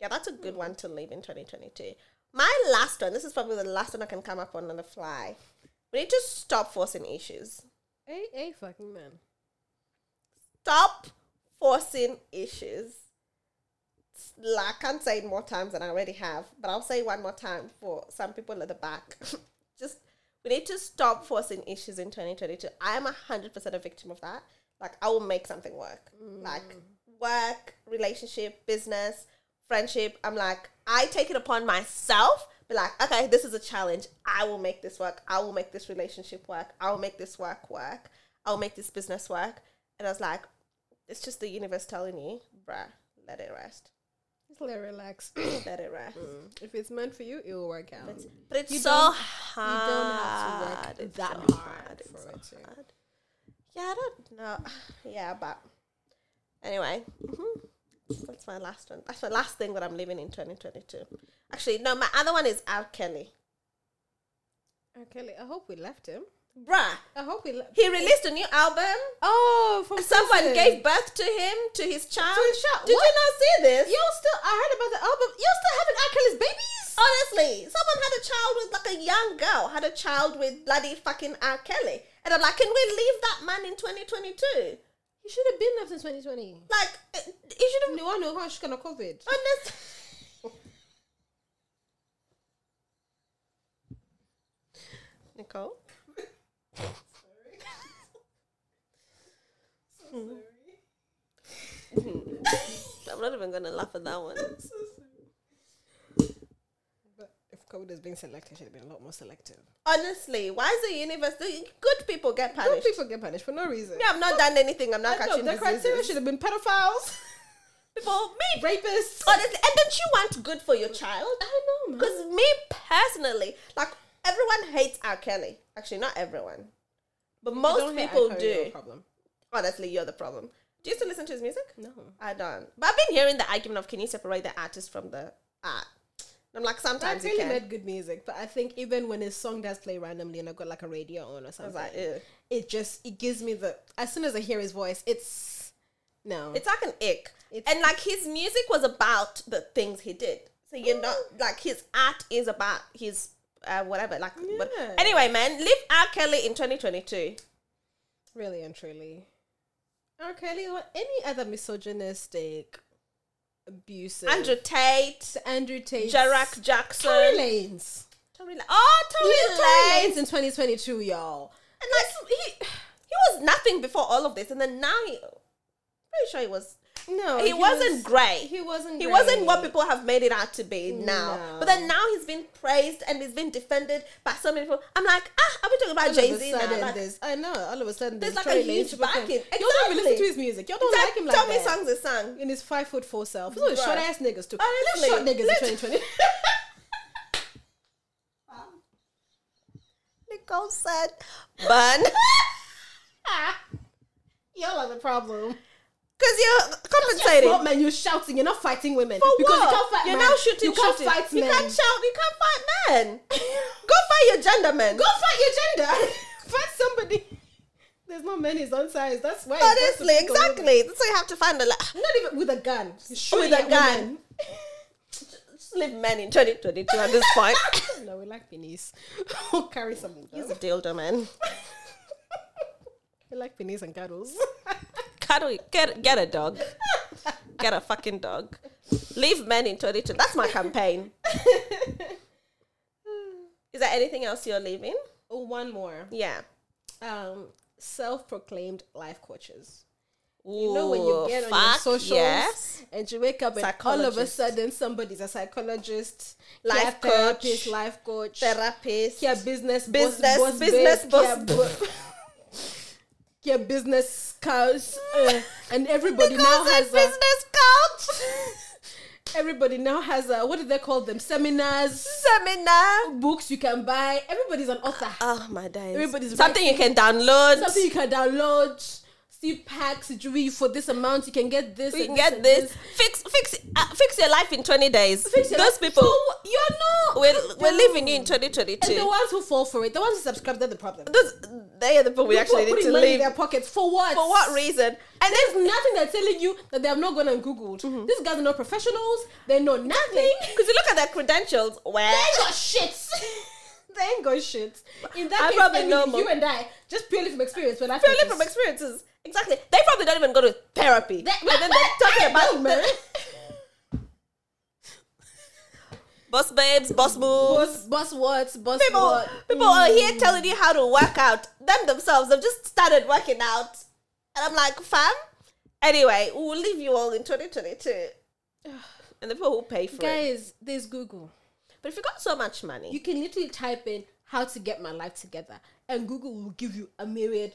Yeah, that's a good one to leave in 2022. My last one, this is probably the last one I can come up on on the fly. We need to stop forcing issues. A a fucking man. Stop forcing issues. It's Like, I can't say it more times than I already have, but I'll say it one more time for some people at the back. Just, we need to stop forcing issues in 2022. I am 100% a victim of that. Like, I will make something work. Like, work, relationship, business, friendship. I'm like, I take it upon myself. Be like, okay, this is a challenge. I will make this work. I will make this relationship work. I will make this work work. I'll make this business work. And I was like, it's just the universe telling you, bruh, let it rest. Just let it relax. Mm. Let it rest. if it's meant for you, it will work out. But it's You so don't- hard. have to work It's that so hard It's for so it to- hard. Yeah, I don't know. Yeah, but anyway, mhm. that's my last one. That's my last thing that I'm living in 2022. Actually, no, my other one is Al Kelly. Okay, I hope we left him. Bruh, I hope we. Le- he released a new album. oh, from prison. Someone gave birth to him, to his child. his child. Did What? you not see this? You still? I heard about the album. You still having Achilles babies? Honestly, someone had a child with like a young girl had a child with bloody fucking R. Kelly, and I'm like, can we leave that man in 2022? He should have been left in 2020. Like, it, it should have No one knows how she's gonna COVID. honest. Nicole, I'm not even gonna laugh at that one. But if COVID has been selective, should have been a lot more selective. Honestly, why is the universe? the Good people get Don't punished. people get punished for no reason? Me, I've not done anything. I'm not I know, catching the criteria diseases. should have been pedophiles, People, me, rapists. honestly, and don't you want good for your child? I don't know, man. Because me personally, like everyone hates R. Kelly. Actually, not everyone, but most Don't hate people Achilles, do. no problem. Honestly, you're the problem. Do you still listen to his music? No. I don't. But I've been hearing the argument of can you separate the artist from the art? I'm like, I've sometimes you really can. made good music, but I think even when a song does play randomly and I've got like a radio on or I was something, like, Ew. it just it gives me the as soon as I hear his voice, it's no, it's like an ick. It's- and like his music was about the things he did. So you're not Mm. like his art is about his uh, whatever. Like what- Yeah. anyway, man, leave R. Kelly in 2022. really and truly. R. Kelly or any other misogynistic, abusive Andrew Tate, Andrew Tate, Jarak Jackson, Tory Lanes, Tory Lane. Oh, Tory Tory Lane. Lanes in 2022, y'all. And like he, he was nothing before all of this, and then now he. Pretty sure he was. No, he, wasn't was- great. He wasn't. He wasn't what great. people have made it out to be now. No. But then now he's been praised and he's been defended by so many people. I'm like, ah, I've been talking about Jay Z All of a now. sudden, Like, there's I know. All of a sudden, There's like a Tory Lanez huge super fan. backing. You don't even Exactly. listen to his music. You don't tell like him like tell that. me songs is sung. in his five foot four self. Those Bruh. short ass niggas too. Honestly, Let's short niggas let's- in 2020. Nicole said, "Bun." Y'all are the problem. Because you're compensating. You're men. You're shouting. You're not fighting women. For because what? you can't fight You're men. now shooting. You can't shooting. fight You men. can't shout. You can't fight men. Go fight your gender men. Go fight your gender. fight somebody. There's no men his own size. That's why. he's got to Honestly, pick on women. exactly. That's why you have to find a. La- Not even with a gun. Shoot With a gun. Just leave men in 2022 at this point. no, we like penis. We'll carry some. Use a dildo, man. We like penis and cuddles. Cuddle, get get a dog. Get a fucking dog. Leave men in 22. That's my campaign. Is there anything else you're leaving? oh, one more. Yeah. um, self-proclaimed life coaches. You know when you Ooh, get on your Oh, fuck socials yes. and you wake up and all of a Psychologist. sudden somebody's a psychologist, Life care therapist, coach. life coach, Therapist. care business, Business- boss, boss business babe, boss care bo- care business coach, uh, and everybody now Because has it's a, business coach. everybody now has a, what do they call them? Seminars, Seminar. books you can buy. Everybody's an author. Oh my days. Everybody's Something you can download. something you can download. See packs jewelry for this amount. You can get this. we and can and get this. Fix fix uh, fix your life in 20 days. Fix your Those life. people So you're not. we're, we're No. leaving you in And the 2022. ones who fall for it, the ones who subscribe, they're the problem. Those they are the people we People actually need putting to money in leave. their pockets for what? For what reason? And there's nothing that's telling you that they have not gone and googled. Mm-hmm. These guys are not professionals. They know nothing. Because you look at their credentials. they Well, ain't got shit. they ain't got shit. In that I case, probably Emily, know more. you and I, just purely from experience, we're like purely from experiences. Exactly. They probably don't even go to therapy. They- and then they're talking I about know, man. boss babes, boss moves. Boss, boss what? Boss people what? people are here telling you how to work out. Them themselves, they've just started working out. And I'm like, fam. Anyway, we'll leave you all in 2022. And the people will pay for it. Guys, there's Google. But if you got so much money, You can literally type in how to get my life together, and Google will give you a myriad,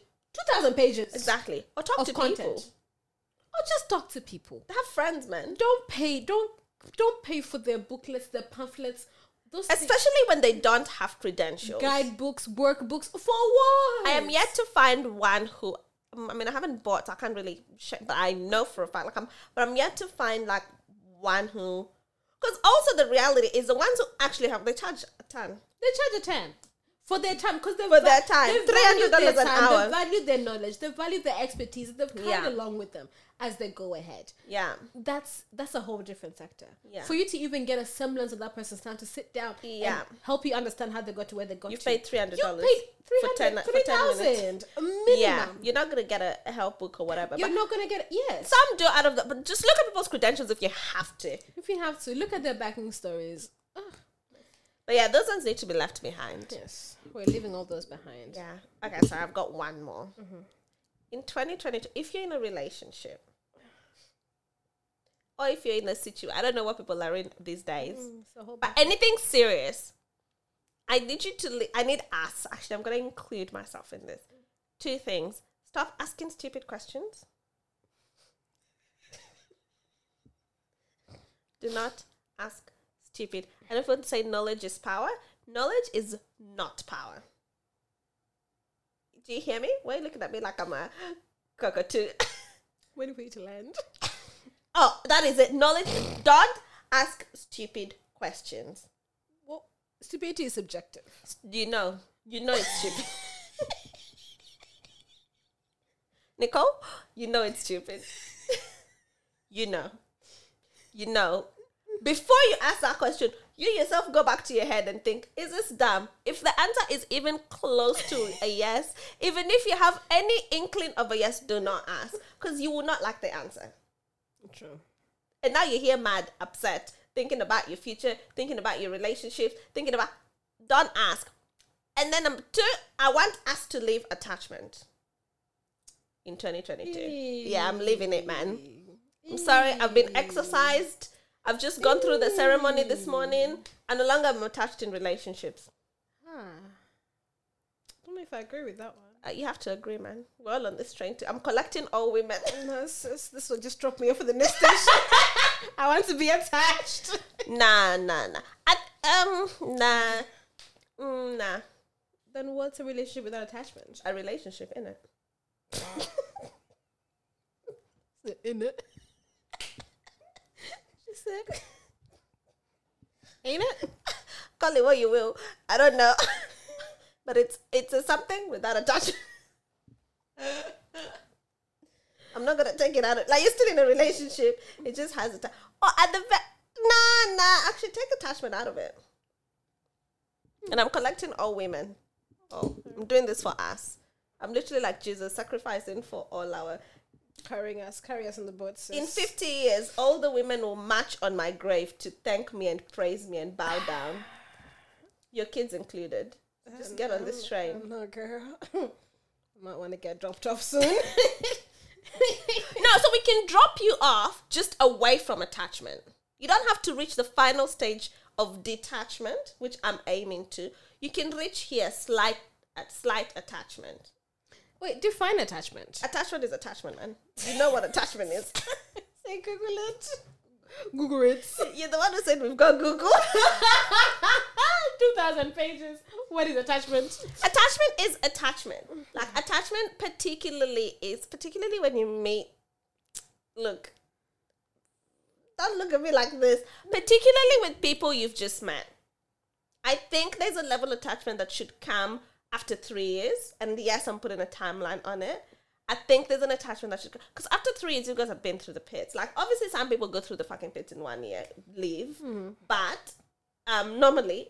2,000 pages. exactly. Or talk of to content. people. Or just talk to people. Have friends, man. Don't pay. Don't don't pay for their booklets, their pamphlets, those thi- Especially when they don't have credentials. guidebooks, workbooks. For what? I am yet to find one who. um, I mean, I haven't bought. I can't really, check, but I know for a fact. Like, I'm, but I'm yet to find like one who. Because also the reality is the ones who actually have they charge a ton. They charge a ten for their time because they For their time. they value $300 their an time, hour. They value their knowledge. They value their expertise. They've carried Yeah. along with them as they go ahead. Yeah, That's that's a whole different sector. Yeah. For you to even get a semblance of that person's time to sit down, and Yeah. help you understand how they got to where they got you to. paid three hundred you dollars. paid for 300, ten for ten 3,000 minutes. minimum. Yeah, you're not gonna get a, a help book or whatever. You're But not gonna get yes. some do out of the. But just look at people's credentials if you have to. If you have to look at their backing stories, Ugh. But yeah, those ones need to be left behind. yes, we're leaving all those behind. Yeah. Okay, so I've got one more. In 2022, if you're in a relationship, or if you're in a situation, I don't know what people are in these days, Mm, so hold but back. anything serious, I need you to, li- I need us, actually, I'm going to include myself in this. Two things stop asking stupid questions. Do not ask stupid. I don't want to say knowledge is power. Knowledge is not power. Do you hear me? Why are you looking at me like I'm a cockatoo? When are we to land? oh, that is it. Knowledge. Don't ask stupid questions. Well, stupidity is subjective. You know, you know it's stupid. Nicole, you know it's stupid. you know. You know. Before you ask that question, you yourself go back to your head and think, is this dumb? If the answer is even close to a yes, even if you have any inkling of a yes, do not ask because you will not like the answer. True. And now you're here mad, upset, thinking about your future, thinking about your relationships, thinking about don't ask. And then number two, I want us to leave attachment in 2022. Yeah, I'm leaving it, man. I'm sorry, I've been exercised. I've just gone through the ceremony this morning and no longer I'm attached in relationships. Huh. I don't know if I agree with that one. Uh, you have to agree, man. We're all on this train too. I'm collecting all women. No, sis, this one just dropped me off at the next station. I want to be attached. nah, nah, nah. I, um, nah. Mm, nah. then what's a relationship without attachment? A relationship, innit? In it. She said. Ain't it? Call it what you will. I don't know. but it's it's a something without attachment. I'm not gonna take it out. Of, like you're still in a relationship. It just has a. Or at the ve- nah nah. Actually, take attachment out of it. And I'm collecting all women. Oh, I'm doing this for us. I'm literally like Jesus, sacrificing for all our. Carrying us, carry us on the boat. Sis. In 50 years, all the women will march on my grave to thank me and praise me and bow down. Your kids included. Just get on this train. No, girl. Might want to get dropped off soon. No, so we can drop you off just away from attachment. You don't have to reach the final stage of detachment, which I'm aiming to. You can reach here slight at slight attachment. Wait, define attachment. Attachment is attachment, man. You know what attachment is. Say Google it. Google it. You're the one who said we've got Google. 2,000 pages. What is attachment? attachment is attachment. Like attachment particularly is particularly when you meet look. Don't look at me like this. Particularly with people you've just met. I think there's a level of attachment that should come after three years. And yes, I'm putting a timeline on it. I think there's an attachment that should because after three years you guys have been through the pits. Like obviously some people go through the fucking pits in one year, leave. But um normally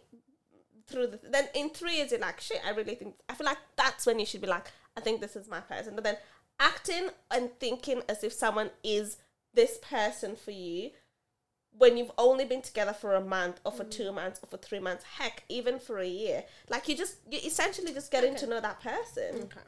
through the, then in three years you're like shit i really think i feel like that's when you should be like i think this is my person but then acting and thinking as if someone is this person for you when you've only been together for a month or for two months or for three months heck even for a year like you just you're essentially just getting to know that person Okay.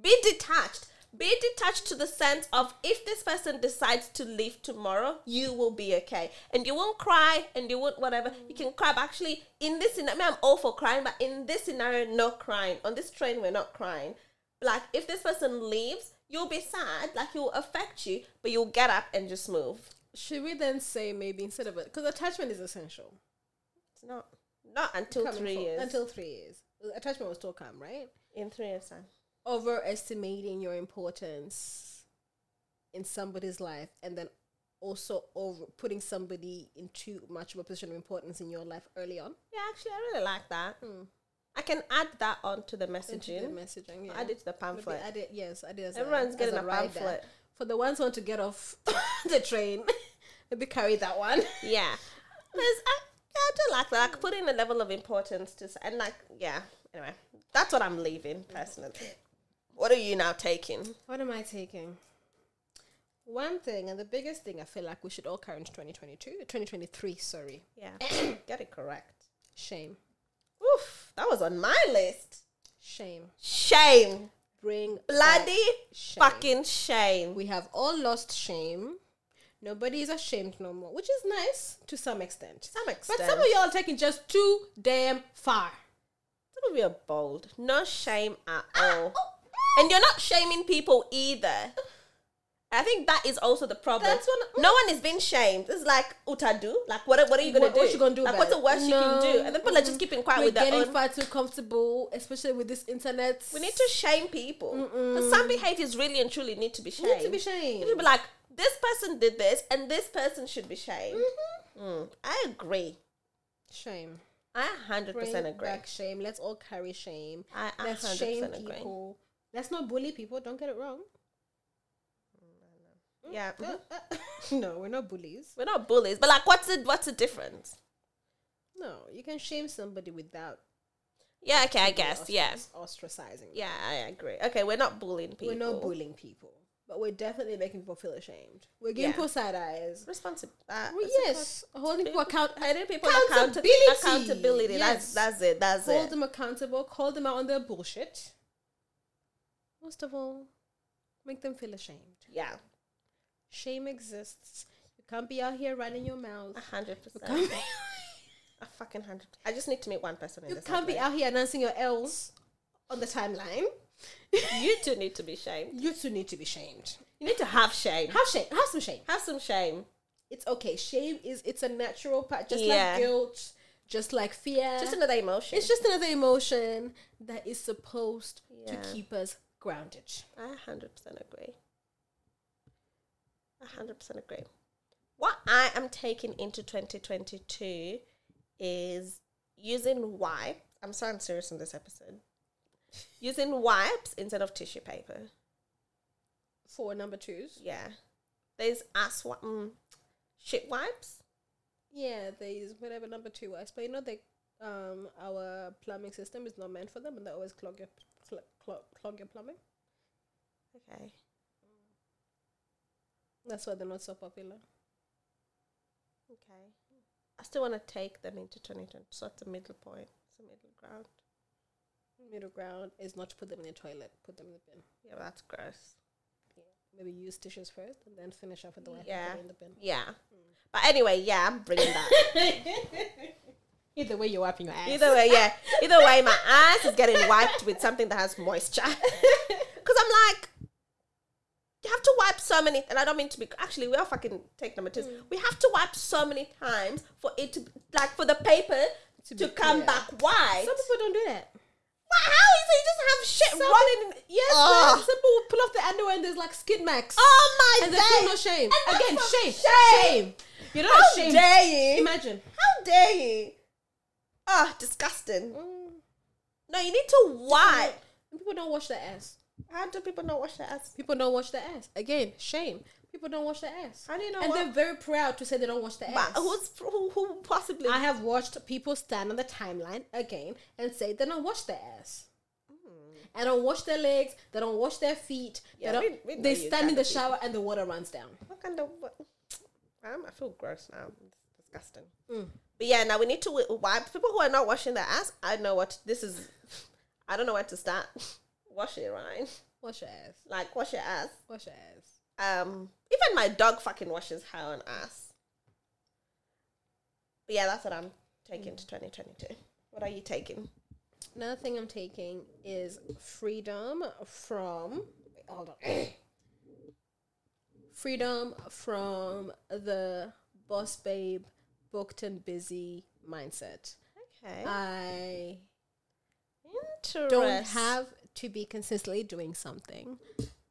be detached be detached to the sense of if this person decides to leave tomorrow you will be okay and you won't cry and you won't whatever you can cry but actually in this scenario I mean, i'm all for crying but in this scenario no crying on this train we're not crying like if this person leaves you'll be sad like it will affect you but you'll get up and just move Should we then say maybe instead of it? Because attachment is essential. it's not not until Coming three for- years Until three years. Attachment will still come, right? in three years time Overestimating your importance in somebody's life and then also over putting somebody in too much of a position of importance in your life early on. yeah actually i really like that i can add that on to the messaging Hmm. Into the messaging, yeah. add it to the Would be pamphlet added, yes, added as a- Everyone's as getting a rider. pamphlet. For the ones who want to get off the train, maybe carry that one. yeah. 'Cause I, yeah, I do like that. I could put in a level of importance to, s- and like, yeah. Anyway, that's what I'm leaving personally. What are you now taking? What am I taking? One thing, and the biggest thing I feel like we should all carry into 2022, 2023, sorry. Yeah, get it correct. Shame. Oof, that was on my list. Shame. Shame, Bring back bloody shame. fucking shame. We have all lost shame. Nobody is ashamed no more, which is nice to some extent. Some But extent, some of y'all are taking just too damn far. some of you are bold. No shame at all, and you're not shaming people either. I think that is also the problem. That's what- no one is being shamed. It's like utadu. Like what? What are you gonna What- do? what you gonna do Like about what's the it? worst you can do? No. And then people are just keeping quiet We're with their getting own. far too comfortable, especially with this internet. we need to shame people. 'Cause Some behaviors really and truly need to be shamed. need to be shamed. You should be like, this person did this, and this person should be shamed. Mhm. Mm, I agree. Shame. I 100% Bring agree. back shame. Let's all carry shame. I I Let's 100% shame agree. people. Let's not bully people. Don't get it wrong. Yeah. Mm-hmm. mhm. no, we're not bullies. We're not bullies, but like what's the what's the difference? No, you can shame somebody without. Yeah, okay, I people guess. ostrac- Yeah. Ostracizing. Yeah, I agree. Okay, we're not bullying people. We're not bullying people, but we're definitely making people feel ashamed. We're giving Yeah. people side eyes. Responsible. Uh, Well, it's a yes, holding people account. I think people accountability. Accountability. Accountability. Yes. That's that's it. That's Hold it. them accountable. Call them out on their bullshit. Most of all, make them feel ashamed. yeah, Shame exists. You can't be out here running your mouth. a hundred percent. can't be- A fucking hundred. I just need to meet one person in You this. can't be outfit. out here announcing your L's on the timeline. You two need to be shamed. You two need to be shamed. You need to have shame. Have shame. Have some shame. Have some shame. It's okay. Shame is it's a natural part, just Yeah. like guilt, just like fear. Just another emotion. it's just another emotion that is supposed Yeah. to keep us grounded. I hundred percent agree. I hundred percent agree. What I am taking into twenty twenty two is using wipe. I'm so unserious in this episode. Using wipes instead of tissue paper. For number twos, Yeah. There's ass wi- mm, shit wipes. yeah, there's whatever number two was, but you know they, um, our plumbing system is not meant for them, and they always clog your clog, clog, clog your plumbing. Okay. That's why they're not so popular. Okay. I still want to take them into 2020. So it's a middle point. It's a middle ground. Middle ground is not to put them in the toilet, put them in the bin. Yeah, that's gross. Maybe use tissues first and then finish off with the wipe Yeah. and put it in the bin. Yeah. But anyway, yeah, I'm bringing that. Either way, you're wiping your ass. Either way, yeah. Either way, my ass is getting wiped with something that has moisture. Because I'm like, you have to wipe so many, and I don't mean to be. Actually, we are fucking take number two. Mm. We have to wipe so many times for it to, like, for the paper to, To be come clear. back white. Some people don't do that. Why- how is it? You just have shit Some- running. in- Yes, Ugh. man, some people will pull off the underwear and there's like skid marks. Oh my and they feel no days! shame. And Again, that's shame, some shame. shame. Oh, You're not How ashamed. dare you? Imagine. How dare you? Ah, disgusting. Mm. No, you need to wipe. And People don't wash their ass. How do people not wash their ass? People don't wash their ass. Again, shame. People don't wash their ass. How do you know? and what- they're very proud to say they don't wash their ass. But who's who, who possibly? I have watched people stand on the timeline again and say they don't wash their ass. They don't wash their legs. They don't wash their feet. Hmm. Yeah, they we- don't, we know they you stand in kinda the shower and the water runs down. what kind of? What, um, I feel gross now. It's disgusting. But yeah, now we need to wi- wipe people who are not washing their ass. I know what this is. I don't know where to start. Wash it, right? Wash your ass. Like wash your ass. Wash your ass. Um, even my dog fucking washes her own ass. But yeah, that's what I'm taking to 2022. What are you taking? Another thing I'm taking is freedom from. Wait, hold on. freedom from the boss babe, booked and busy mindset. Okay. I Interesting. don't have to be consistently doing something.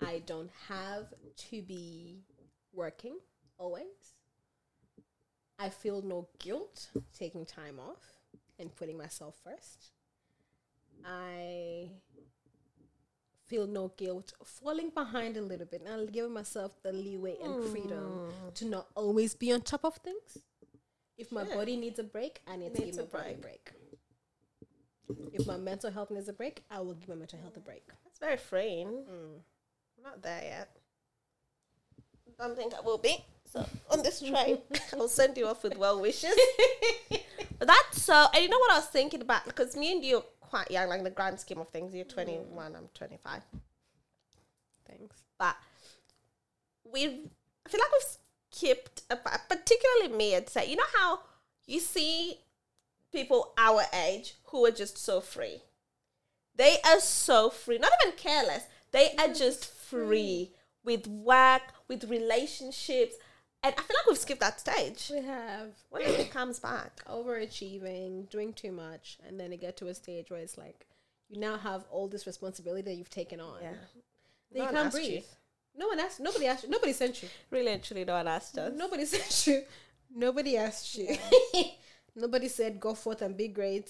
I don't have to be working always. I feel no guilt taking time off and putting myself first. I feel no guilt falling behind a little bit and giving myself the leeway and freedom to not always be on top of things. If my Sure. body needs a break, I need to Needs give a my body a break. If my mental health needs a break, I will give my mental health a break. That's very freeing. I'm not there yet. Don't think I will be. So on this train, I'll send you off with well wishes. but that's so. And you know what I was thinking about? Because me and you are quite young, like in the grand scheme of things. You're 21, I'm 25. Thanks. But we, I feel like we've skipped, a pa- particularly me, I'd say. You know how you see people our age who are just so free? They are so free, not even careless. They are just free with work, with relationships. And I feel like we've skipped that stage. We have When it comes back, overachieving, doing too much, and then you get to a stage where it's like you now have all this responsibility that you've taken on. Yeah. That No you one can't asked you. breathe. No one asked. Nobody asked. you- Nobody sent you. really and truly, no one asked us. Nobody sent you. Nobody asked you. Nobody said go forth and be great.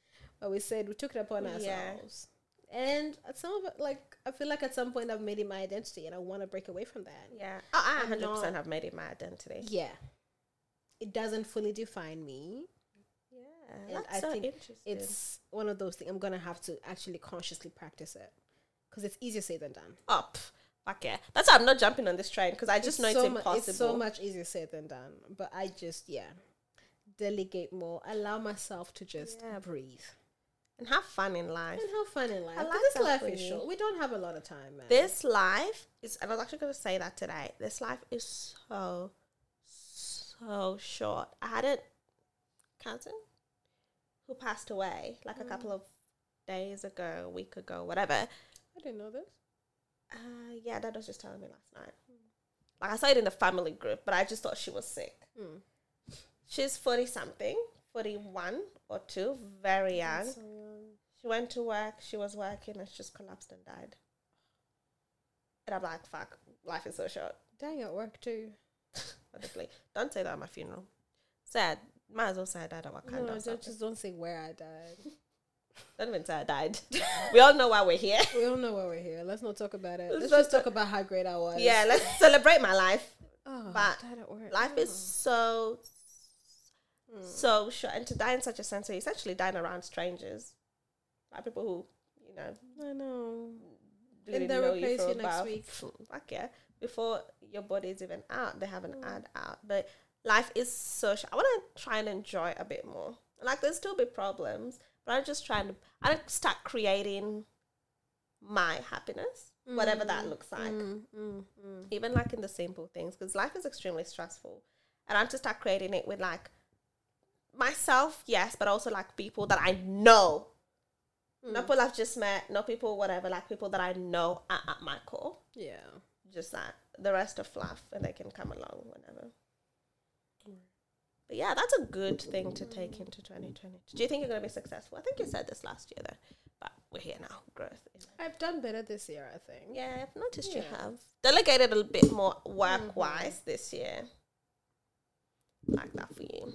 but we said we took it upon Yeah. ourselves. And at some of it, like I feel like at some point I've made it my identity and I want to break away from that. Yeah. Oh, I I'm 100% not- have made it my identity. Yeah. It doesn't fully define me. Yeah. And That's I so think interesting. It's one of those things I'm gonna have to actually consciously practice it. Because it's easier said than done. up. Fuck yeah. That's why I'm not jumping on this train because I just know so it's mu- impossible. it's so much easier said than done. But I just yeah. Delegate more. Allow myself to just Yeah. breathe. and have fun in life. And have fun in life. I 'cause like this that life for is you. short. We don't have a lot of time, man. This life is, and I was actually going to say that today. This life is so, so short. I had a cousin who passed away like a Mm. couple of days ago, a week ago, whatever. I didn't know this. Uh, yeah, Dad was just telling me last night. Like I saw it in the family group, but I just thought she was sick. Mm. She's forty something, forty one or two, very young. So young. She went to work, she was working, and she just collapsed and died. And I'm like, fuck, life is so short. Dying at work too. Honestly, don't say that at my funeral. Sad. Might as well say I died at Wakanda. no, or don't, something. just don't say where I died. don't even say I died. we all know why we're here. we don't know why we're here. Let's not talk about it. Let's, Let's just talk about how great I was. Yeah, let's celebrate my life. Oh, but died at work. Life is so Oh. Mm. so sure and to die in such a sense of essentially dying around strangers like people who you know I know. didn't they'll know replace you for you a next while. week. fuck yeah before your body is even out they have an Mm. ad out but life is so short. i want to try and enjoy a bit more like there'll still be problems but i'm just trying to i don't start creating my happiness whatever that Mm, looks like mm, mm, mm. even like in the simple things because life is extremely stressful and i'm just start creating it with like myself yes but also like people that i know not people i've just met not people whatever like people that i know are at my core Yeah. just that the rest are fluff and they can come along whenever but yeah that's a good thing to take into 2020 do you think you're going to be successful i think you said this last year though but we're here now growth you know. I've done better this year, I think. yeah i've noticed you Yeah. have delegated a little bit more work wise this year like that for you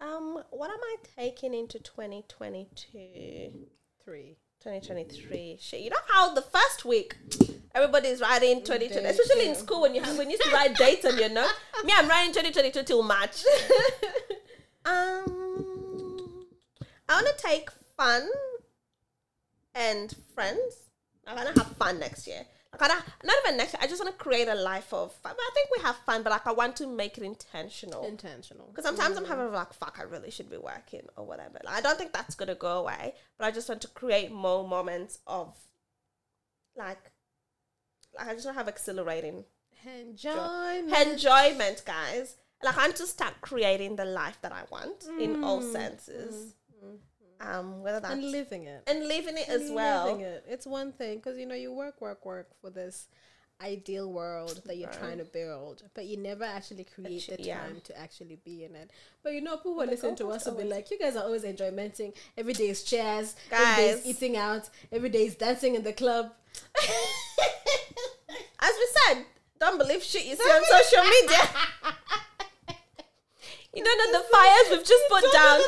um what am i taking into 2022 Three. 2023. Shit, you know how the first week everybody's writing 2020, Dates, especially in yeah. school when you have, when you used to write dates on your notes. Me, I'm writing 2022 till March. um, I want to take fun and friends. I want to have fun next year. Like, I don't- not even next year. I just want to create a life of fun. But I think we have fun, but like I want to make it intentional. Intentional. Because sometimes I'm having like, fuck, I really should be working or whatever. Like, I don't think that's gonna go away, but I just want to create more moments of, like, like I just want to have exhilarating Enjoyment. enjoyment, guys. Like I'm to start creating the life that I want in all senses, um, whether that's and Mm. and, living it. living it as well. living it. It's one thing because you know you work, work, work for this ideal world that you're Right. trying to build, but you never actually create Actu- the yeah. time to actually be in it. But you know, people who the listen to goalposts us will be always- like, "You guys are always enjoymenting. Every day is chairs. Every day is Guys. eating out. Every day is dancing in the club." As we said, don't believe shit you see on social media. You don't know the fires we've just put down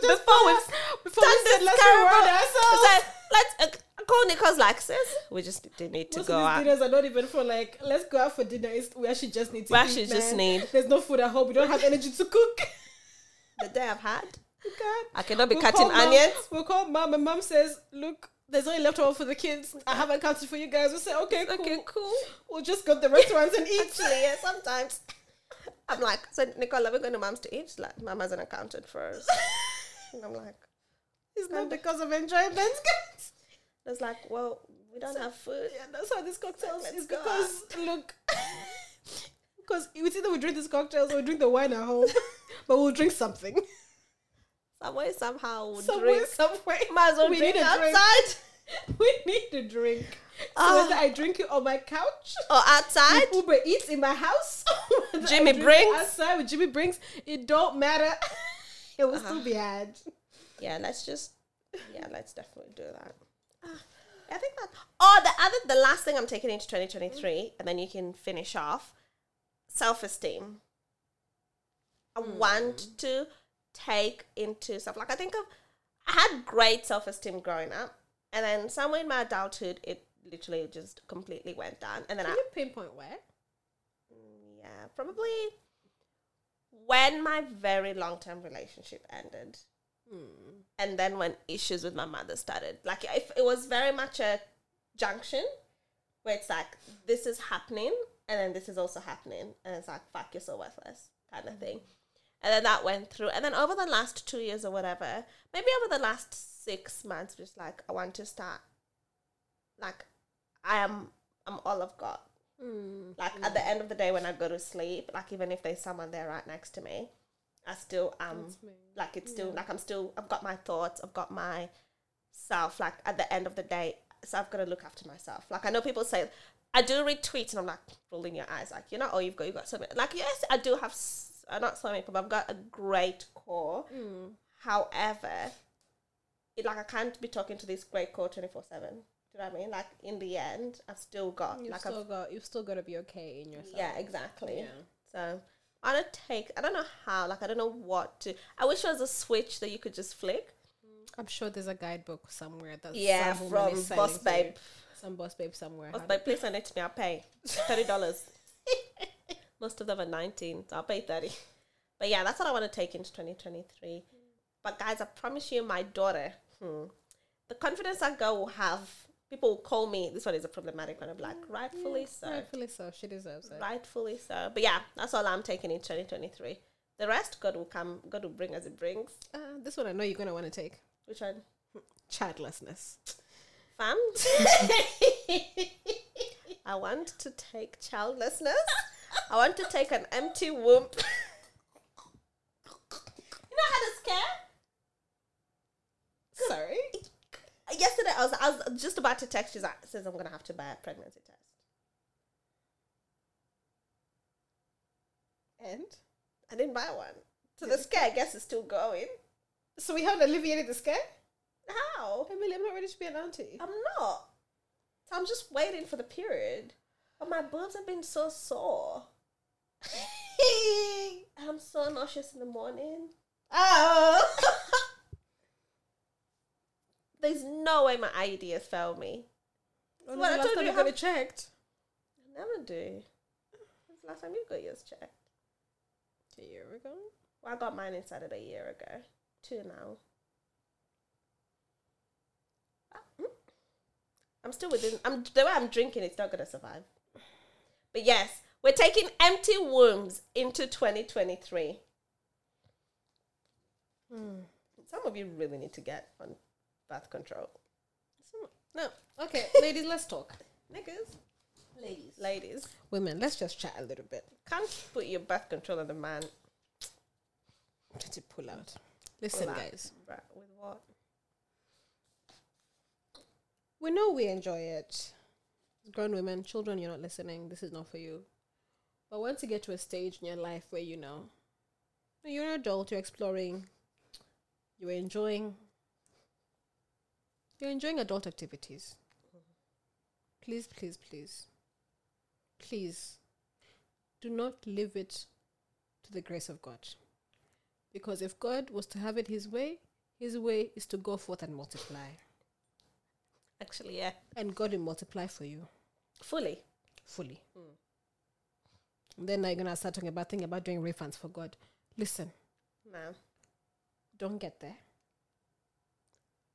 before we've before we done said, this "Let's terrible- reward ourselves." So, let's uh, call Nicholas like sis. We just didn't need to Most go of these out. dinners are not even for like, let's go out for dinner. It's, we actually just need to. We eat, actually just man. need- There's no food at home. We don't have energy to cook. The day I've had, God. I cannot be We'll cutting call mom- onions. We'll call mom, and mom says, "Look, there's only leftover for the kids. I haven't counted for you guys." We say, "Okay, cool. Okay, cool. We'll just go to the restaurants and eat." Actually, yeah, sometimes I'm like, so Nicola, we're going to mom's to eat. She's like, mom hasn't accounted for us. And I'm like, it's not because of enjoyment, guys. it's like, well, we don't have food. Yeah, that's how these cocktails Let's is go because look, because it's either we drink these cocktails or we drink the wine at home, but we'll drink something Some way, somehow, we'll somewhere. drink. Somewhere Might as well we drink need a drink. outside. we need to drink. So Ah. whether I drink it on my couch. Or outside. Uber Eats in my house. Whether I Jimmy drink it brings. outside with Jimmy brings. It don't matter. It will still Uh-huh. be had. yeah, let's just yeah, let's definitely do that. I think that. Oh, the other, the last thing I'm taking into 2023, and then you can finish off. Self esteem. I want to take into stuff. Like I think of, I had great self esteem growing up, and then somewhere in my adulthood, it literally just completely went down. And then Can I you pinpoint where? yeah, probably when my very long term relationship ended. And then when issues with my mother started. Like if it was very much a junction where it's like this is happening and then this is also happening and it's like fuck you're so worthless kind of thing. And then that went through. And then over the last two years or whatever, maybe over the last six months, just like I want to start like I am I'm all of God. Hmm. Like at the end of the day, when I go to sleep, like even if there's someone there right next to me, I still am That's me. like it's still like I'm still I've got my thoughts, I've got my self. Like at the end of the day, so I've got to look after myself. Like I know people say I do read tweets and I'm like rolling your eyes, like you know, oh you've got you have got so many. Like yes, I do have s- uh, not so many, people, but I've got a great core. However, it like I can't be talking to this great core twenty four seven. Do you know what I mean? Like in the end, I've still got You've like I've still got you've still got to be okay in yourself. yeah, exactly. Yeah. So I don't take. I don't know how. Like I don't know what to. I wish there was a switch that you could just flick. I'm sure there's a guidebook somewhere that's Yeah, some woman from is selling Boss to Babe. you. Some boss babe somewhere. I was How like, please send it to me. I'll pay thirty dollars. Most of them are nineteen, so I'll pay thirty. But yeah, that's what I want to take into twenty twenty three. But guys, I promise you, my daughter, hmm, the confidence that girl will have. People will call me. This one is a problematic one. I'm like, do- rightfully Mm, Yeah, so. Rightfully so. She deserves it. rightfully so. But yeah, that's all I'm taking in 2023. The rest, God will come. God will bring as it brings. Uh, this one I know you're gonna want to take. Which one? Childlessness. Fam? I want to take childlessness. I want to take an empty womb. you know how to scare? Sorry. Yesterday, I was, I was just about to text you. Like, says I'm going to have to buy a pregnancy test. And I didn't buy one. So the scare, I guess, is still going. so we haven't alleviated the scare. Oh, How? Emily, I'm not ready to be an auntie. I'm not. So I'm just waiting for the period. But my boobs have been so sore. And I'm so nauseous in the morning. Oh! There's no way my IUD has failed me. When Well, was I the last told time you you got how- it checked? I never do. When's the last time you got yours checked? A year ago. Well, I got mine inside of a year ago. Two now. Ah, mm. I'm still within. I'm the way I'm drinking. It's not gonna survive. But yes, we're taking empty wombs into 2023. Hmm. Some of you really need to get on birth control, No. Okay, ladies, let's talk. niggas, Ladies. ladies. Women, let's just chat a little bit. Can't put your birth control on the man. To pull out. Listen, Pull out. guys. Right, with what? We know we enjoy it. Grown women, children, you're not listening. This is not for you. But once you get to a stage in your life where you know you're an adult, you're exploring, you're enjoying, you're enjoying adult activities. Please, please, please, please do not leave it to the grace of God. Because if God was to have it his way, his way is to go forth and multiply Actually, yeah, and God will multiply for you fully. fully. Then I'm gonna start talking about thinking about doing refunds for God. Listen, No, don't get there.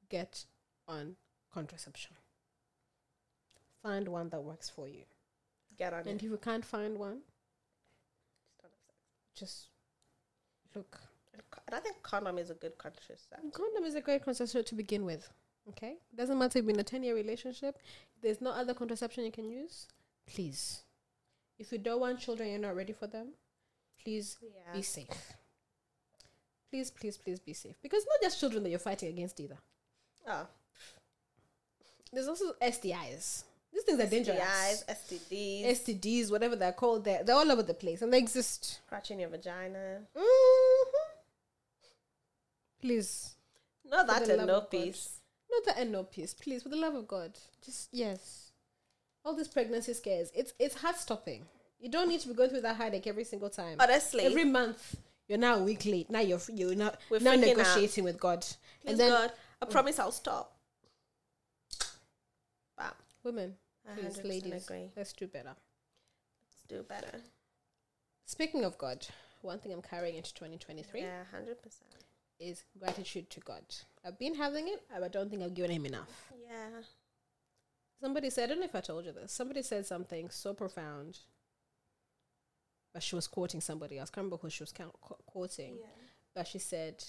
Get on contraception. Find one that works for you. get on And if it. you can't find one, just look. And I think condom is a good contraceptive. Condom is a great contraception to begin with. Okay? Doesn't matter if you're in a 10 year relationship, if there's no other contraception you can use, please. If you don't want children, you're not ready for them, please Yeah. be safe. Please, please, please be safe. Because it's not just children that you're fighting against either. Oh, There's also STIs. These things are dangerous. STIs, STDs, STDs, whatever they're called, they're, they're all over the place and they exist. scratching your vagina. Please. Not that the and love no of God. peace. Not that end no peace, please, for the love of God. Just yes. All these pregnancy scares. It's it's heart stopping. You don't need to be going through that headache every single time. Honestly, every month. You're now a week late. Now you're f- you're now, We're now freaking out. negotiating with God. Please and then Mm. God, I promise I'll stop. Bam. women, I please, 100% ladies, agree. let's do better. Let's do better. Speaking of God, one thing I'm carrying into 2023 Yeah, hundred percent. is gratitude to God. I've been having it, but I don't think I've given Him enough. Yeah. Somebody said, I don't know if I told you this. Somebody said something so profound, but she was quoting somebody else. I can't remember who she was count- qu- quoting, but she said,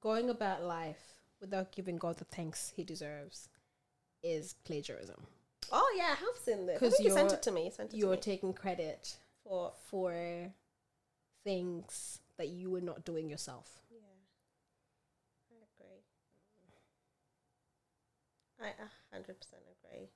"Going about life without giving God the thanks He deserves is plagiarism. Oh yeah, I have seen this. I 'Cause think you sent you're- it to me. You sent it to You're me. taking credit for for things that you were not doing yourself." yeah. I agree. I a hundred percent agree.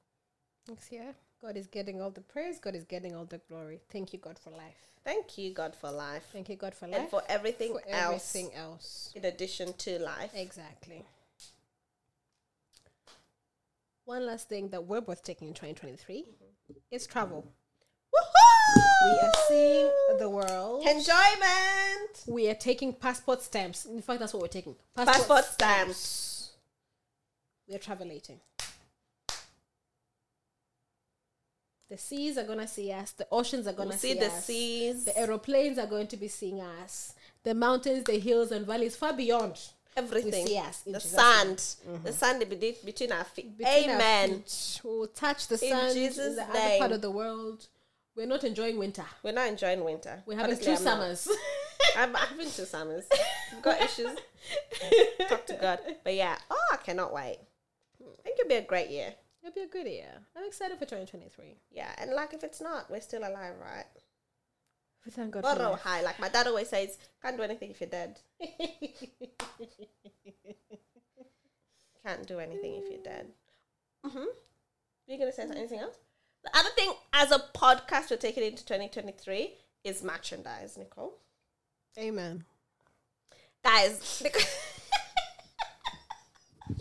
Next year, God is getting all the praise. God is getting all the glory. Thank you, God, for life. Thank you, God, for life Thank you, God, for life. and for everything for else everything else. in addition to life. Exactly. One last thing that we're both taking in 2023 Mm-hmm. is travel. Woohoo! We are seeing the world. enjoyment. We are taking passport stamps. In fact, that's what we're taking. Passport stamps. We are travelating. The seas are going to see us. The oceans are going Gonna to see the us. seas. The aeroplanes are going to be seeing us. The mountains, the hills, and valleys far beyond. everything. We see us in the Jesus' sand, the sand be- be- between our feet. between our Amen. feet. We will touch the sun in Jesus' the other name. part of the world. We're not enjoying winter. We're not enjoying winter. We're having Honestly, two I'm not. summers. I'm having two summers. I've got issues. Talk to God. But yeah, oh, I cannot wait. I think it'll be a great year. It'll be a good year. I'm excited for 2023. Yeah, and like if it's not, we're still alive, right? We thank God. Borrow For high. Like my dad always says, can't do anything if you're dead. Can't do anything if you're dead. Mm-hmm. You're gonna say anything else? The other thing, as a podcast, we're taking into 2023 is merchandise, Nicole. Amen. guys. Because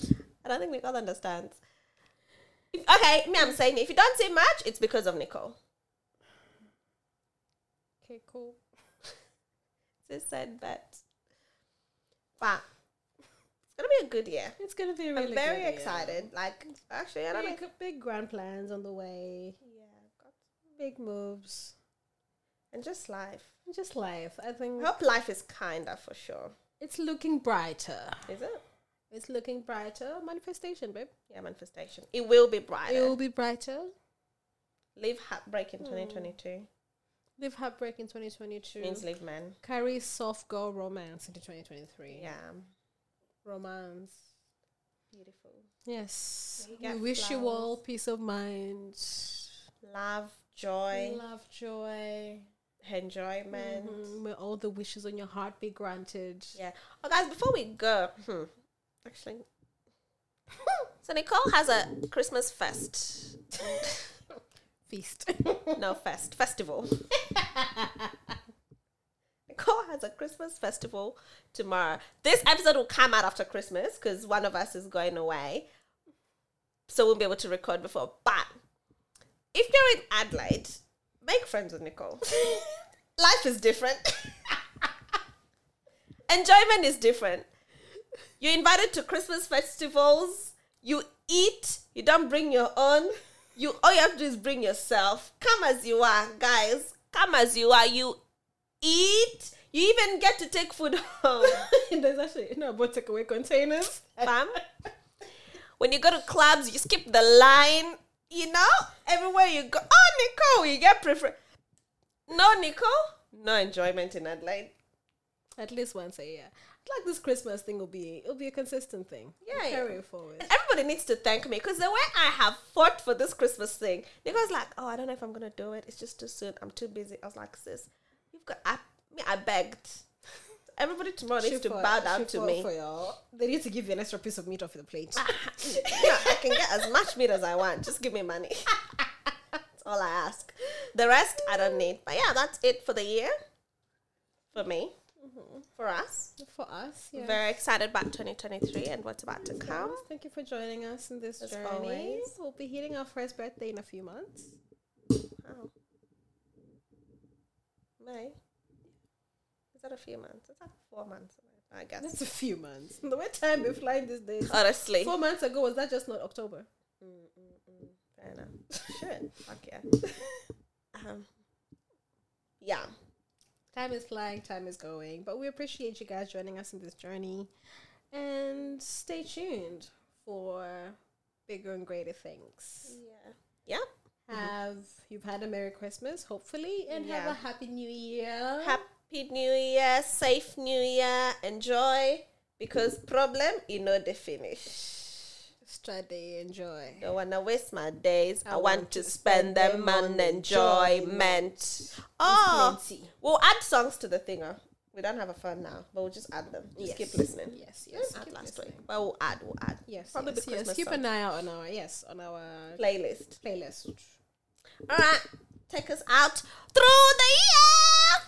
I don't think Nicole understands. If, okay, me, I'm saying if you don't say much, it's because of Nicole. Okay, cool. It's a sad, but but it's gonna be a good year. It's gonna be a really I'm very good year. excited. Like, actually, I don't know. Big, big grand plans on the way. Yeah, God. Big moves. and just life. Just life. I think I hope life is kinder for sure. it's looking brighter. Is it? It's looking brighter. Manifestation, babe. Yeah, manifestation. It will be brighter. It will Mm. be brighter. Leave heartbreak in 2022 Live heartbreak in 2022. means leave men. Carry soft girl romance into 2023. Yeah, Romance. beautiful. Yes. You We get wish you flowers. all peace of mind, Love, joy, love, joy. enjoyment. Mhm. May all the wishes on your heart be granted. Yeah. Oh, guys, before we go, hmm, actually, so Nicole has a Christmas fest. Feast. no, fest festival. Nicole has a Christmas festival tomorrow. This episode will come out after Christmas because one of us is going away, so we'll be able to record before. But if you're in Adelaide, make friends with Nicole. Life is different. Enjoyment is different. You're invited to Christmas festivals. You eat. You don't bring your own. You all you have to do is bring yourself. Come as you are, guys. Come as you are. You eat. You even get to take food home. There's actually no about takeaway containers. Fam. When you go to clubs, you skip the line. You know, everywhere you go. Oh, Nicole, you get preference. No, Nicole, no enjoyment in Adelaide. At least once a year. Like this Christmas thing will be it'll be a consistent thing. Yeah, We'll yeah. Carry it forward. And everybody needs to thank me because the way I have fought for this Christmas thing, Nicole's like, oh, I don't know if I'm gonna do it. It's just too soon. I'm too busy. I was like, sis, you've got. I, me, I begged. Everybody tomorrow needs to She fought- bow down she to fought me. For y'all. They need to give you an extra piece of meat off the plate. Yeah, I can get as much meat as I want. Just give me money. that's all I ask. The rest I don't need. But yeah, that's it for the year. For me, for us. For us, Mm-hmm. yeah. Very excited about 2023 and what's about to come. Thank you for joining us in this As journey. always. We'll be hitting our first birthday in a few months. Oh. May. Is that a few months? It's like four months, away, I guess. That's a few months. The way time is flying these days. Honestly. Four months ago, was that just not October? Mm, mm, mm. Fair enough. Shit. Fuck yeah. um, yeah. Time is flying, time is going. But we appreciate you guys joining us in this journey. And stay tuned for bigger and greater things. Yeah. Yep. Have you've had a Merry Christmas, hopefully, and have Yeah. a Happy New Year. Happy New Year. Safe New Year. Enjoy. Because problem, you know the finish. Strade, enjoy. Don't wanna waste my days. I, want, to spend spend them them on on enjoyment. Oh, Plenty. we'll add songs to the thinger. We don't have a phone now, but we'll just add them. Just Yes. keep listening. Yes, Yes, yes. add keep last listening. week. But we'll add. We'll add. Yes, Probably yes, the yes. Christmas Keep song. an eye out on our yes on our Playlist. playlist. All right, take us out through the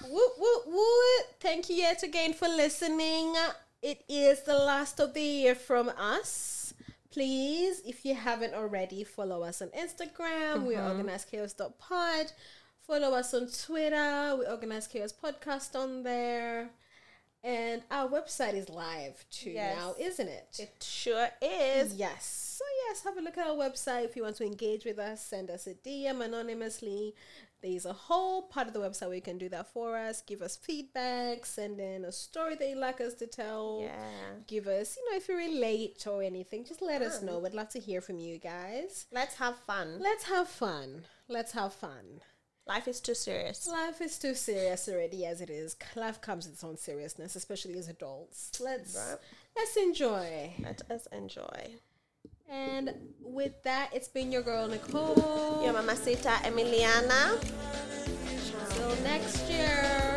year. Woot woot woot! Thank you yet again for listening. It is the last of the year from us. Please, if you haven't already, follow us on Instagram. We're Mm-hmm. organizedchaos.pod. Follow us on Twitter. We organize chaos podcast on there. And our website is live too Yes. now, isn't it? It sure is. Yes. So yes, have a look at our website if you want to engage with us. Send us a DM anonymously. There's a whole part of the website where you can do that for us. Give us feedback. Send in a story that you'd like us to tell. Yeah. Give us, you know, if you're late or anything, just let Ah. us know. We'd love to hear from you guys. Let's have fun. Let's have fun. Let's have fun. Life is too serious. Life is too serious already as it is. Life comes with its own seriousness, especially as adults. Let's Right. let's enjoy. Let us enjoy. And with that, it's been your girl Nicole. Your mamacita Emiliana. Till next year.